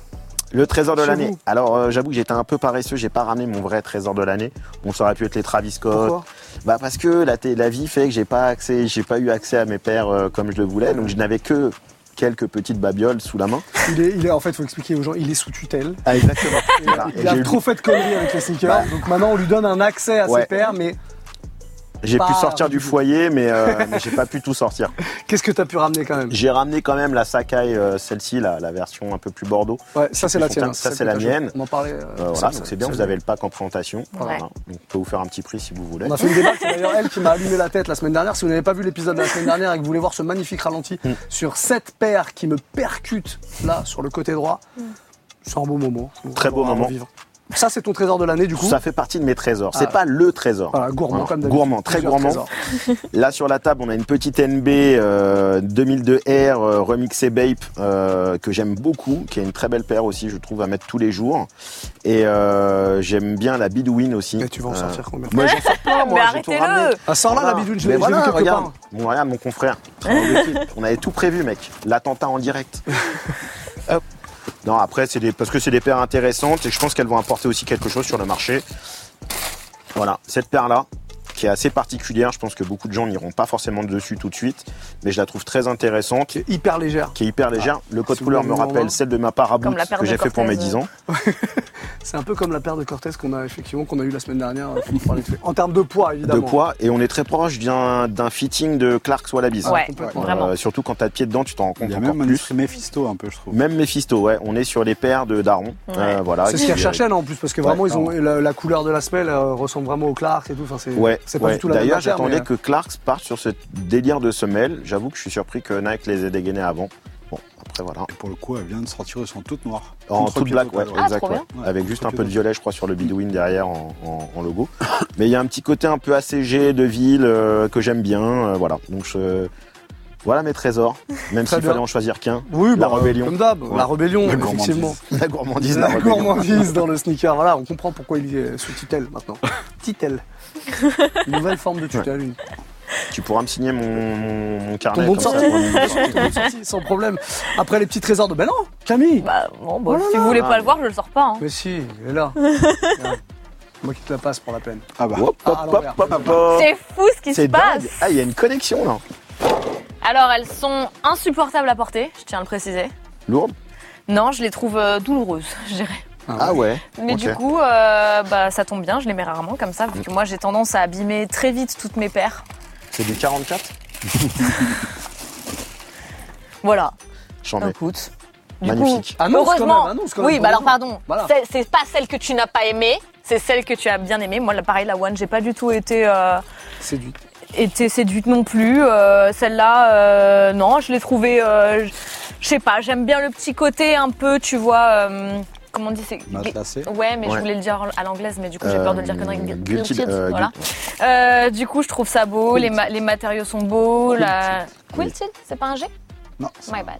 [SPEAKER 4] Le trésor de
[SPEAKER 5] Chez
[SPEAKER 4] l'année.
[SPEAKER 5] vous.
[SPEAKER 4] Alors, euh, j'avoue que j'étais un peu paresseux, j'ai pas ramené mon vrai trésor de l'année. Bon, ça aurait pu être les Travis Scott.
[SPEAKER 5] Pourquoi
[SPEAKER 4] bah parce que la, té- la vie fait que j'ai pas accès, j'ai pas eu accès à mes pères euh, comme je le voulais, donc je n'avais que quelques petites babioles sous la main.
[SPEAKER 5] il est, il est, En fait, il faut expliquer aux gens, il est sous tutelle.
[SPEAKER 4] Ah, exactement. [LAUGHS] Voilà. Et
[SPEAKER 5] Il a
[SPEAKER 4] j'ai eu-
[SPEAKER 5] trop fait de conneries avec les sneakers. Donc maintenant, on lui donne un accès à ses
[SPEAKER 4] Ouais.
[SPEAKER 5] pères. Mais
[SPEAKER 4] J'ai pu
[SPEAKER 5] pas-
[SPEAKER 4] sortir du foyer, mais,
[SPEAKER 5] [LAUGHS]
[SPEAKER 4] euh, mais j'ai pas pu tout sortir.
[SPEAKER 5] qu'est-ce que t'as pu ramener quand même
[SPEAKER 4] J'ai ramené quand même la Sakai, euh, celle-ci, la, la version un peu plus Bordeaux.
[SPEAKER 5] Ouais, ça c'est la
[SPEAKER 4] son
[SPEAKER 5] tienne.
[SPEAKER 4] teint. Ça,
[SPEAKER 5] celle
[SPEAKER 4] c'est
[SPEAKER 5] que
[SPEAKER 4] la
[SPEAKER 5] t'as
[SPEAKER 4] mienne.
[SPEAKER 5] jouée. On en parlait. euh,
[SPEAKER 4] Euh, voilà,
[SPEAKER 5] celle-
[SPEAKER 4] donc c'est bien,
[SPEAKER 5] celle-
[SPEAKER 4] vous avez le pack en présentation.
[SPEAKER 3] Ouais.
[SPEAKER 4] Voilà. Donc, on peut vous faire un petit prix si vous voulez.
[SPEAKER 5] On a fait une débat, c'est d'ailleurs elle qui m'a allumé la tête la semaine dernière. Si vous n'avez pas vu l'épisode de la semaine dernière et que vous voulez voir ce magnifique ralenti
[SPEAKER 4] Mm.
[SPEAKER 5] sur cette paire qui me percute là sur le côté droit, c'est un beau moment. Je vous
[SPEAKER 4] Très beau
[SPEAKER 5] recommande à
[SPEAKER 4] moment.
[SPEAKER 5] Vivre. Ça c'est ton trésor de l'année du coup.
[SPEAKER 4] Ça fait partie de mes trésors.
[SPEAKER 5] Ah.
[SPEAKER 4] C'est pas le trésor.
[SPEAKER 5] Voilà, gourmand
[SPEAKER 4] Voilà.
[SPEAKER 5] comme d'habitude.
[SPEAKER 4] Gourmand, très
[SPEAKER 5] Plusieurs
[SPEAKER 4] gourmand.
[SPEAKER 5] trésors.
[SPEAKER 4] Là sur la table, on a une petite euh, NB 2002R remixée Bape euh, que j'aime beaucoup, qui est une très belle paire aussi, je trouve, à mettre tous les jours. Et euh, j'aime bien la Bidouin aussi.
[SPEAKER 5] Et tu vas en
[SPEAKER 4] Euh,
[SPEAKER 5] sortir combien
[SPEAKER 4] Moi j'en
[SPEAKER 3] [LAUGHS]
[SPEAKER 4] sors plein, moi,
[SPEAKER 3] Mais
[SPEAKER 4] j'ai tout
[SPEAKER 3] arrêtez-le
[SPEAKER 4] ramené.
[SPEAKER 5] Ah, sors là
[SPEAKER 4] Voilà.
[SPEAKER 5] la bidoune, je
[SPEAKER 4] Mais
[SPEAKER 5] l'ai
[SPEAKER 4] voilà,
[SPEAKER 5] vu quelque
[SPEAKER 4] regarde,
[SPEAKER 5] part.
[SPEAKER 4] mon, regarde mon confrère. on avait tout prévu, mec. L'attentat en direct. Hop. Non, après, c'est des, parce que c'est des paires intéressantes et je pense qu'elles vont apporter aussi quelque chose sur le marché. Voilà, cette paire-là, qui est assez particulière, je pense que beaucoup de gens n'iront pas forcément dessus tout de suite, mais je la trouve très intéressante,
[SPEAKER 5] Hyper légère.
[SPEAKER 4] qui est hyper légère. le code
[SPEAKER 5] si vous
[SPEAKER 4] couleur
[SPEAKER 5] voulez
[SPEAKER 4] me
[SPEAKER 5] vous en
[SPEAKER 4] rappelle
[SPEAKER 5] vendre.
[SPEAKER 4] celle de ma paraboute
[SPEAKER 3] Comme la paire
[SPEAKER 4] que
[SPEAKER 3] de
[SPEAKER 4] j'ai fait pour mes
[SPEAKER 3] Cortez, euh,
[SPEAKER 4] 10 ans.
[SPEAKER 5] C'est un peu comme la paire de Cortez qu'on a effectivement qu'on a eu la semaine dernière. euh, quand on parlait de- En termes de poids
[SPEAKER 4] de
[SPEAKER 5] évidemment.
[SPEAKER 4] poids et on est très proche d'un d'un fitting de Clark's Wallabies.
[SPEAKER 3] Ouais,
[SPEAKER 5] complètement.
[SPEAKER 3] vraiment.
[SPEAKER 4] Euh, surtout quand t'as le pied dedans, tu t'en rends
[SPEAKER 6] Il
[SPEAKER 4] compte
[SPEAKER 6] y a
[SPEAKER 4] encore
[SPEAKER 6] même un
[SPEAKER 4] plus.
[SPEAKER 6] esprit Mephisto un peu, je trouve.
[SPEAKER 4] Même Mephisto, ouais, on est sur les paires de Daron.
[SPEAKER 3] Ouais.
[SPEAKER 4] Euh, voilà,
[SPEAKER 5] C'est ce
[SPEAKER 4] qui-
[SPEAKER 5] qu'ils recherchaient là en plus parce que vraiment
[SPEAKER 4] Ouais,
[SPEAKER 5] ils ont la, la couleur de la semelle euh, ressemble vraiment au Clark et tout. Enfin, c'est
[SPEAKER 4] Ouais,
[SPEAKER 5] c'est pas
[SPEAKER 4] ouais.
[SPEAKER 5] du tout la même
[SPEAKER 4] D'ailleurs,
[SPEAKER 5] affaire,
[SPEAKER 4] j'attendais
[SPEAKER 5] mais,
[SPEAKER 4] que Clarks parte sur ce délire de semelle. J'avoue que je suis surpris que Nike les ait dégainés avant. Bon, après voilà.
[SPEAKER 6] Et pour le coup, elle vient de sortir, elles sont toutes noires.
[SPEAKER 4] En
[SPEAKER 6] Contre
[SPEAKER 4] toute
[SPEAKER 6] pied
[SPEAKER 4] black, ouais,
[SPEAKER 6] total,
[SPEAKER 3] Ah,
[SPEAKER 4] exact,
[SPEAKER 3] trop
[SPEAKER 4] ouais.
[SPEAKER 6] bien.
[SPEAKER 4] Avec
[SPEAKER 6] Ouais,
[SPEAKER 4] juste
[SPEAKER 6] trop
[SPEAKER 4] un peu de
[SPEAKER 6] bien.
[SPEAKER 4] violet, je crois, sur le bidouin derrière en, en- en logo. Mais il y a un petit côté un peu ACG de ville euh, que j'aime bien. euh, voilà, donc je- voilà mes trésors. Même
[SPEAKER 5] Très
[SPEAKER 4] s'il
[SPEAKER 5] bien.
[SPEAKER 4] fallait en choisir qu'un.
[SPEAKER 5] euh, oui,
[SPEAKER 4] la
[SPEAKER 5] bah, euh,
[SPEAKER 4] rébellion.
[SPEAKER 5] Comme d'hab,
[SPEAKER 4] Ouais.
[SPEAKER 5] la rébellion,
[SPEAKER 6] La gourmandise.
[SPEAKER 5] effectivement.
[SPEAKER 4] La gourmandise, la
[SPEAKER 5] La
[SPEAKER 4] rébellion.
[SPEAKER 5] gourmandise dans le sneaker. Voilà, on comprend pourquoi il est sous tutelle
[SPEAKER 4] [LAUGHS]
[SPEAKER 5] maintenant. Titelle. Une nouvelle forme de tutelle. une-
[SPEAKER 4] Tu pourras me signer mon, mon- mon
[SPEAKER 5] Ton
[SPEAKER 4] carnet.
[SPEAKER 5] bon de
[SPEAKER 4] comme ça,
[SPEAKER 5] sortie.
[SPEAKER 4] pour mon bon de sortie.
[SPEAKER 5] Ton bon de sortie, Sans problème. Après les petits trésors de. Ben non, Camille
[SPEAKER 3] Bah, bon, bah,
[SPEAKER 5] Oh là
[SPEAKER 3] si
[SPEAKER 5] là.
[SPEAKER 3] vous voulez
[SPEAKER 4] Ah,
[SPEAKER 3] pas le voir, je le sors pas. hein.
[SPEAKER 5] Mais si, il est là. Regarde. Moi qui te la passe pour la peine.
[SPEAKER 6] Ah bah.
[SPEAKER 4] Hop, hop,
[SPEAKER 5] Ah, à
[SPEAKER 4] hop,
[SPEAKER 5] l'envers.
[SPEAKER 4] hop, hop, hop.
[SPEAKER 3] C'est fou ce qui se
[SPEAKER 4] C'est dingue.
[SPEAKER 3] passe.
[SPEAKER 4] Ah, il y a une connexion là.
[SPEAKER 3] Alors, elles sont insupportables à porter, je tiens à le préciser.
[SPEAKER 4] Lourde.
[SPEAKER 3] Non, je les trouve euh, douloureuses, [LAUGHS] je dirais.
[SPEAKER 4] Ah ouais.
[SPEAKER 3] Mais
[SPEAKER 4] Ok.
[SPEAKER 3] du coup, euh, bah, ça tombe bien, je les mets rarement comme ça, vu que moi j'ai tendance à abîmer très vite toutes mes paires.
[SPEAKER 4] C'est du 44
[SPEAKER 3] Voilà,
[SPEAKER 4] J'en mets.
[SPEAKER 3] écoute. Du
[SPEAKER 4] Magnifique.
[SPEAKER 3] coup,
[SPEAKER 5] Annonce quand
[SPEAKER 3] heureusement.
[SPEAKER 5] même, annonce quand même
[SPEAKER 3] oui,
[SPEAKER 5] pour
[SPEAKER 3] bah
[SPEAKER 5] les
[SPEAKER 3] alors
[SPEAKER 5] gens.
[SPEAKER 3] pardon,
[SPEAKER 5] Voilà.
[SPEAKER 3] c'est- c'est pas celle que tu n'as pas aimée, c'est celle que tu as bien aimée. Moi, là, pareil, la One, j'ai pas du tout été, euh,
[SPEAKER 5] Séduite.
[SPEAKER 3] été séduite non plus. Euh, Celle-là, euh, non, je l'ai trouvée, euh, je- je sais pas, j'aime bien le petit côté un peu, tu vois, euh, comment on dit, c'est
[SPEAKER 6] Matelassé.
[SPEAKER 3] Ouais, mais je
[SPEAKER 4] Ouais.
[SPEAKER 3] voulais le dire à l'anglaise, mais du coup j'ai peur de le dire connerie.
[SPEAKER 4] Euh,
[SPEAKER 3] Guilty,
[SPEAKER 4] guilty, euh,
[SPEAKER 3] voilà.
[SPEAKER 4] guilty.
[SPEAKER 3] Euh, du coup, je trouve ça beau, les, ma- les matériaux sont beaux. La... Quilted, c'est pas un G
[SPEAKER 6] Non, c'est
[SPEAKER 3] My bad.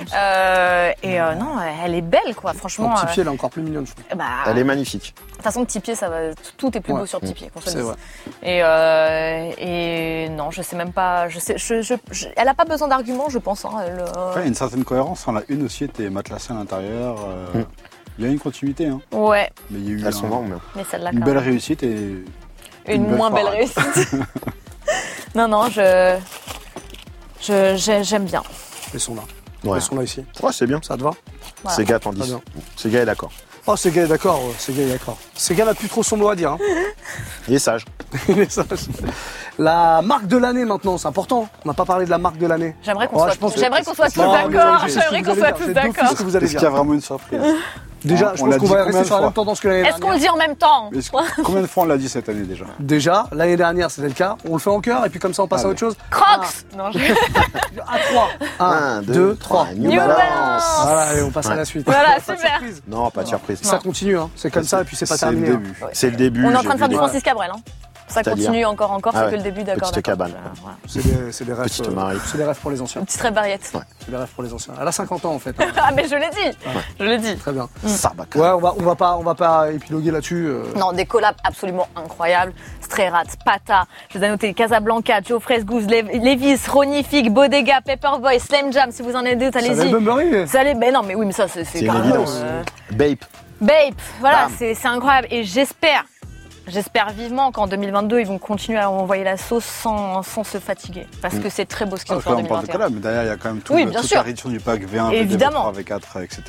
[SPEAKER 3] Ok. Euh, et euh, non, elle est belle, quoi.
[SPEAKER 5] Mon
[SPEAKER 3] Franchement,
[SPEAKER 5] petit pied, elle est encore plus mignonne, je trouve.
[SPEAKER 3] euh, bah,
[SPEAKER 4] Elle est magnifique.
[SPEAKER 3] de toute façon, petit pied, ça va. Tout est plus
[SPEAKER 5] Ouais.
[SPEAKER 3] beau sur petit pied. qu'on se le
[SPEAKER 5] C'est
[SPEAKER 3] dise.
[SPEAKER 5] vrai.
[SPEAKER 3] Et, euh, et non, je sais même pas. Je sais, je- je- je- elle a pas besoin d'arguments, je pense. hein, elle, euh,
[SPEAKER 6] Après, il y a une certaine cohérence. Hein. La une aussi était matelassée à l'intérieur. euh,
[SPEAKER 4] Mm.
[SPEAKER 6] Il y a une continuité, hein.
[SPEAKER 3] Ouais,
[SPEAKER 6] mais il y a eu
[SPEAKER 4] Elles sont
[SPEAKER 6] un-
[SPEAKER 4] vraiment bien.
[SPEAKER 3] mais celle-là,
[SPEAKER 6] une
[SPEAKER 3] quand
[SPEAKER 6] belle
[SPEAKER 3] même.
[SPEAKER 6] réussite et
[SPEAKER 3] Une,
[SPEAKER 6] une belle
[SPEAKER 3] moins belle
[SPEAKER 6] parade.
[SPEAKER 3] réussite. [LAUGHS] Non, non, je. je- j'ai- J'aime bien.
[SPEAKER 5] Ils sont là.
[SPEAKER 4] Ouais,
[SPEAKER 5] Ils sont là ici.
[SPEAKER 4] Ouais, c'est bien.
[SPEAKER 5] Ça te va
[SPEAKER 3] Voilà.
[SPEAKER 4] Sega attend
[SPEAKER 5] Très
[SPEAKER 4] 10.
[SPEAKER 5] bien.
[SPEAKER 4] Sega est d'accord.
[SPEAKER 5] Oh, ce gars est d'accord, ouais, ce gars est d'accord. Ce gars n'a plus trop son mot à dire. hein.
[SPEAKER 3] [LAUGHS]
[SPEAKER 4] Il est sage.
[SPEAKER 5] Il est sage. La marque de l'année maintenant, c'est important. On n'a pas parlé de la marque de l'année.
[SPEAKER 3] J'aimerais qu'on
[SPEAKER 5] Oh,
[SPEAKER 3] soit-
[SPEAKER 5] je pense que-
[SPEAKER 3] j'aimerais qu'on soit tous
[SPEAKER 5] Non,
[SPEAKER 3] d'accord.
[SPEAKER 5] mais c'est ce que
[SPEAKER 3] J'aimerais
[SPEAKER 5] vous
[SPEAKER 3] qu'on
[SPEAKER 5] allez
[SPEAKER 3] soit
[SPEAKER 5] dire.
[SPEAKER 3] tous
[SPEAKER 5] C'est d'office
[SPEAKER 3] d'accord.
[SPEAKER 5] ce que vous allez
[SPEAKER 6] Est-ce qu'il y a
[SPEAKER 5] dire.
[SPEAKER 6] vraiment une surprise
[SPEAKER 5] Déjà,
[SPEAKER 6] On
[SPEAKER 5] je
[SPEAKER 6] l'a
[SPEAKER 5] pense qu'on
[SPEAKER 6] dit
[SPEAKER 5] va
[SPEAKER 6] combien
[SPEAKER 5] rester
[SPEAKER 6] de
[SPEAKER 5] sur la
[SPEAKER 6] fois
[SPEAKER 5] même tendance que l'année
[SPEAKER 3] Est-ce qu'on
[SPEAKER 5] dernière.
[SPEAKER 3] le dit en même temps hein
[SPEAKER 6] Est-ce que- Combien de fois on l'a dit cette année déjà
[SPEAKER 3] Ah,
[SPEAKER 6] Ah,
[SPEAKER 5] Déjà, l'année dernière, c'était le cas. On le fait en cœur et puis comme ça, on passe à
[SPEAKER 6] Allez.
[SPEAKER 5] autre chose.
[SPEAKER 3] Crocs Non, je-
[SPEAKER 5] À 3. 1, 2, 3.
[SPEAKER 4] New
[SPEAKER 3] New
[SPEAKER 4] Balance.
[SPEAKER 3] Balance.
[SPEAKER 5] Voilà, et on passe à la
[SPEAKER 4] Ouais.
[SPEAKER 5] suite.
[SPEAKER 3] Voilà,
[SPEAKER 5] Pas de
[SPEAKER 3] super.
[SPEAKER 5] surprise.
[SPEAKER 4] Non, pas de surprise.
[SPEAKER 5] Ça continue, hein. c'est comme ça et puis c'est pas
[SPEAKER 6] C'est le
[SPEAKER 5] terminé. hein.
[SPEAKER 6] début.
[SPEAKER 4] C'est le début.
[SPEAKER 3] On est en
[SPEAKER 4] j'ai
[SPEAKER 3] train de
[SPEAKER 4] vu
[SPEAKER 3] faire du
[SPEAKER 4] des-
[SPEAKER 3] Francis Cabrel. hein. Ça
[SPEAKER 4] C'est-à-dire
[SPEAKER 3] continue encore, encore,
[SPEAKER 4] Ah
[SPEAKER 3] c'est
[SPEAKER 4] ouais.
[SPEAKER 3] que le début, d'accord.
[SPEAKER 4] Petite
[SPEAKER 3] d'accord. Euh,
[SPEAKER 4] cabane.
[SPEAKER 3] Voilà.
[SPEAKER 5] C'est des, c'est des rêves.
[SPEAKER 4] Petite
[SPEAKER 5] euh,
[SPEAKER 4] Marie.
[SPEAKER 5] C'est des rêves pour les anciens.
[SPEAKER 3] Une petite rébarriette.
[SPEAKER 5] C'est des rêves pour les anciens. Elle a 50 ans en fait. hein.
[SPEAKER 3] [LAUGHS] Ah,
[SPEAKER 5] [LAUGHS]
[SPEAKER 3] mais je l'ai dit Je l'ai dit.
[SPEAKER 5] Très bien.
[SPEAKER 4] Sarbacane.
[SPEAKER 5] Ouais, on va, on va pas, on va pas épiloguer là-dessus. euh.
[SPEAKER 3] Non, des collabs absolument incroyables. Strayrat, Pata, je les ai notés Casablanca, Joe Fresgoose, Levis, Ronnie Fig, Bodega, Pepperboy, Slam Jam. Si vous en avez d'autres,
[SPEAKER 5] Ça va
[SPEAKER 3] allez-y.
[SPEAKER 5] me marrer.
[SPEAKER 3] Ça allait, ben non, mais oui, mais ça, c'est
[SPEAKER 4] C'est une
[SPEAKER 3] carrément,
[SPEAKER 4] évidence.
[SPEAKER 3] euh,
[SPEAKER 4] Bape.
[SPEAKER 3] Bape, voilà,
[SPEAKER 4] Bam.
[SPEAKER 3] c'est c'est incroyable. Et j'espère, j'espère vivement qu'en 2022, ils vont continuer à envoyer la sauce sans, sans se fatiguer. Parce que c'est très beau ce qu'ils ont
[SPEAKER 6] Ah, Parce que
[SPEAKER 3] fait en
[SPEAKER 6] là, on parle de
[SPEAKER 3] 2021.
[SPEAKER 6] collab, mais derrière, il y a quand même tout
[SPEAKER 3] Oui,
[SPEAKER 6] le-
[SPEAKER 3] bien
[SPEAKER 6] toute
[SPEAKER 3] sûr.
[SPEAKER 6] la réduction du pack V1, V2,
[SPEAKER 3] Évidemment.
[SPEAKER 6] V3, V4, etc.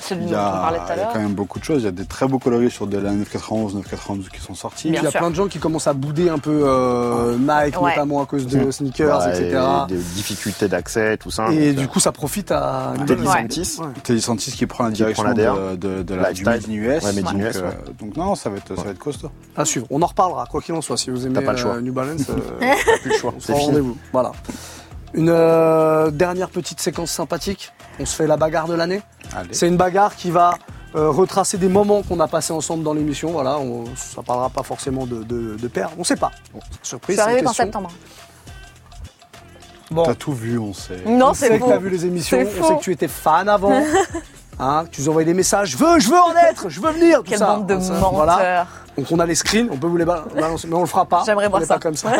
[SPEAKER 3] Celui
[SPEAKER 6] Il
[SPEAKER 3] dont
[SPEAKER 6] y,
[SPEAKER 3] on parlait
[SPEAKER 6] a,
[SPEAKER 3] tout à
[SPEAKER 6] il y a
[SPEAKER 3] l'heure.
[SPEAKER 6] quand même beaucoup de choses. Il y a des très beaux coloris sur de la 991, 992 qui sont sortis.
[SPEAKER 5] Il y
[SPEAKER 3] Bien
[SPEAKER 5] a
[SPEAKER 3] sûr.
[SPEAKER 5] plein de gens qui commencent à bouder un peu euh, Nike,
[SPEAKER 3] Ouais.
[SPEAKER 5] notamment à cause de sneakers,
[SPEAKER 4] Ouais,
[SPEAKER 5] etc.
[SPEAKER 4] Des difficultés d'accès, tout ça.
[SPEAKER 5] Et
[SPEAKER 4] Donc, euh,
[SPEAKER 5] du coup, ça profite à
[SPEAKER 4] Teddy
[SPEAKER 5] Ouais.
[SPEAKER 4] Santis.
[SPEAKER 5] Ouais.
[SPEAKER 6] Teddy Santis qui prend la
[SPEAKER 4] Qui
[SPEAKER 6] direction
[SPEAKER 4] prend la
[SPEAKER 6] de, de, de la, du Made in
[SPEAKER 4] Lifestyle.
[SPEAKER 6] US.
[SPEAKER 4] Ouais, Made in
[SPEAKER 6] donc, euh,
[SPEAKER 4] US, ouais.
[SPEAKER 6] donc non, ça va être, ça va être costaud.
[SPEAKER 5] À suivre. On en reparlera, quoi qu'il en soit. Si vous aimez
[SPEAKER 4] T'as pas le choix.
[SPEAKER 5] euh, New Balance, euh,
[SPEAKER 4] [LAUGHS] T'as plus le choix.
[SPEAKER 5] on se
[SPEAKER 4] C'est
[SPEAKER 5] rend
[SPEAKER 4] fini.
[SPEAKER 5] rendez-vous. Voilà. Une euh, dernière petite séquence sympathique. On se fait la bagarre de l'année.
[SPEAKER 6] Allez.
[SPEAKER 5] C'est une bagarre qui va euh, retracer des moments qu'on a passés ensemble dans l'émission. Voilà, on, ça parlera pas forcément de, de, de paires. On sait pas. Bon,
[SPEAKER 3] Je
[SPEAKER 5] surprise.
[SPEAKER 3] suis arrivée
[SPEAKER 5] c'est une
[SPEAKER 3] qu'en
[SPEAKER 5] question.
[SPEAKER 3] septembre.
[SPEAKER 5] Bon.
[SPEAKER 6] T'as tout vu, on sait.
[SPEAKER 3] Non,
[SPEAKER 5] On sait
[SPEAKER 3] c'est
[SPEAKER 5] que t'as
[SPEAKER 3] faux.
[SPEAKER 5] vu les émissions,
[SPEAKER 3] C'est
[SPEAKER 5] on
[SPEAKER 3] faux.
[SPEAKER 5] sait que tu étais fan avant.
[SPEAKER 3] [LAUGHS]
[SPEAKER 5] Hein, que tu nous envoyais des messages, je veux, je veux en être, je veux venir, tout
[SPEAKER 3] Quelle
[SPEAKER 5] ça. Hein,
[SPEAKER 3] bande de
[SPEAKER 5] Ça,
[SPEAKER 3] menteurs.
[SPEAKER 5] Voilà. Donc on a les screens, on peut vous les ba- balancer, mais on le fera pas.
[SPEAKER 3] J'aimerais
[SPEAKER 5] On
[SPEAKER 3] voir
[SPEAKER 5] est
[SPEAKER 3] ça.
[SPEAKER 5] pas comme ça.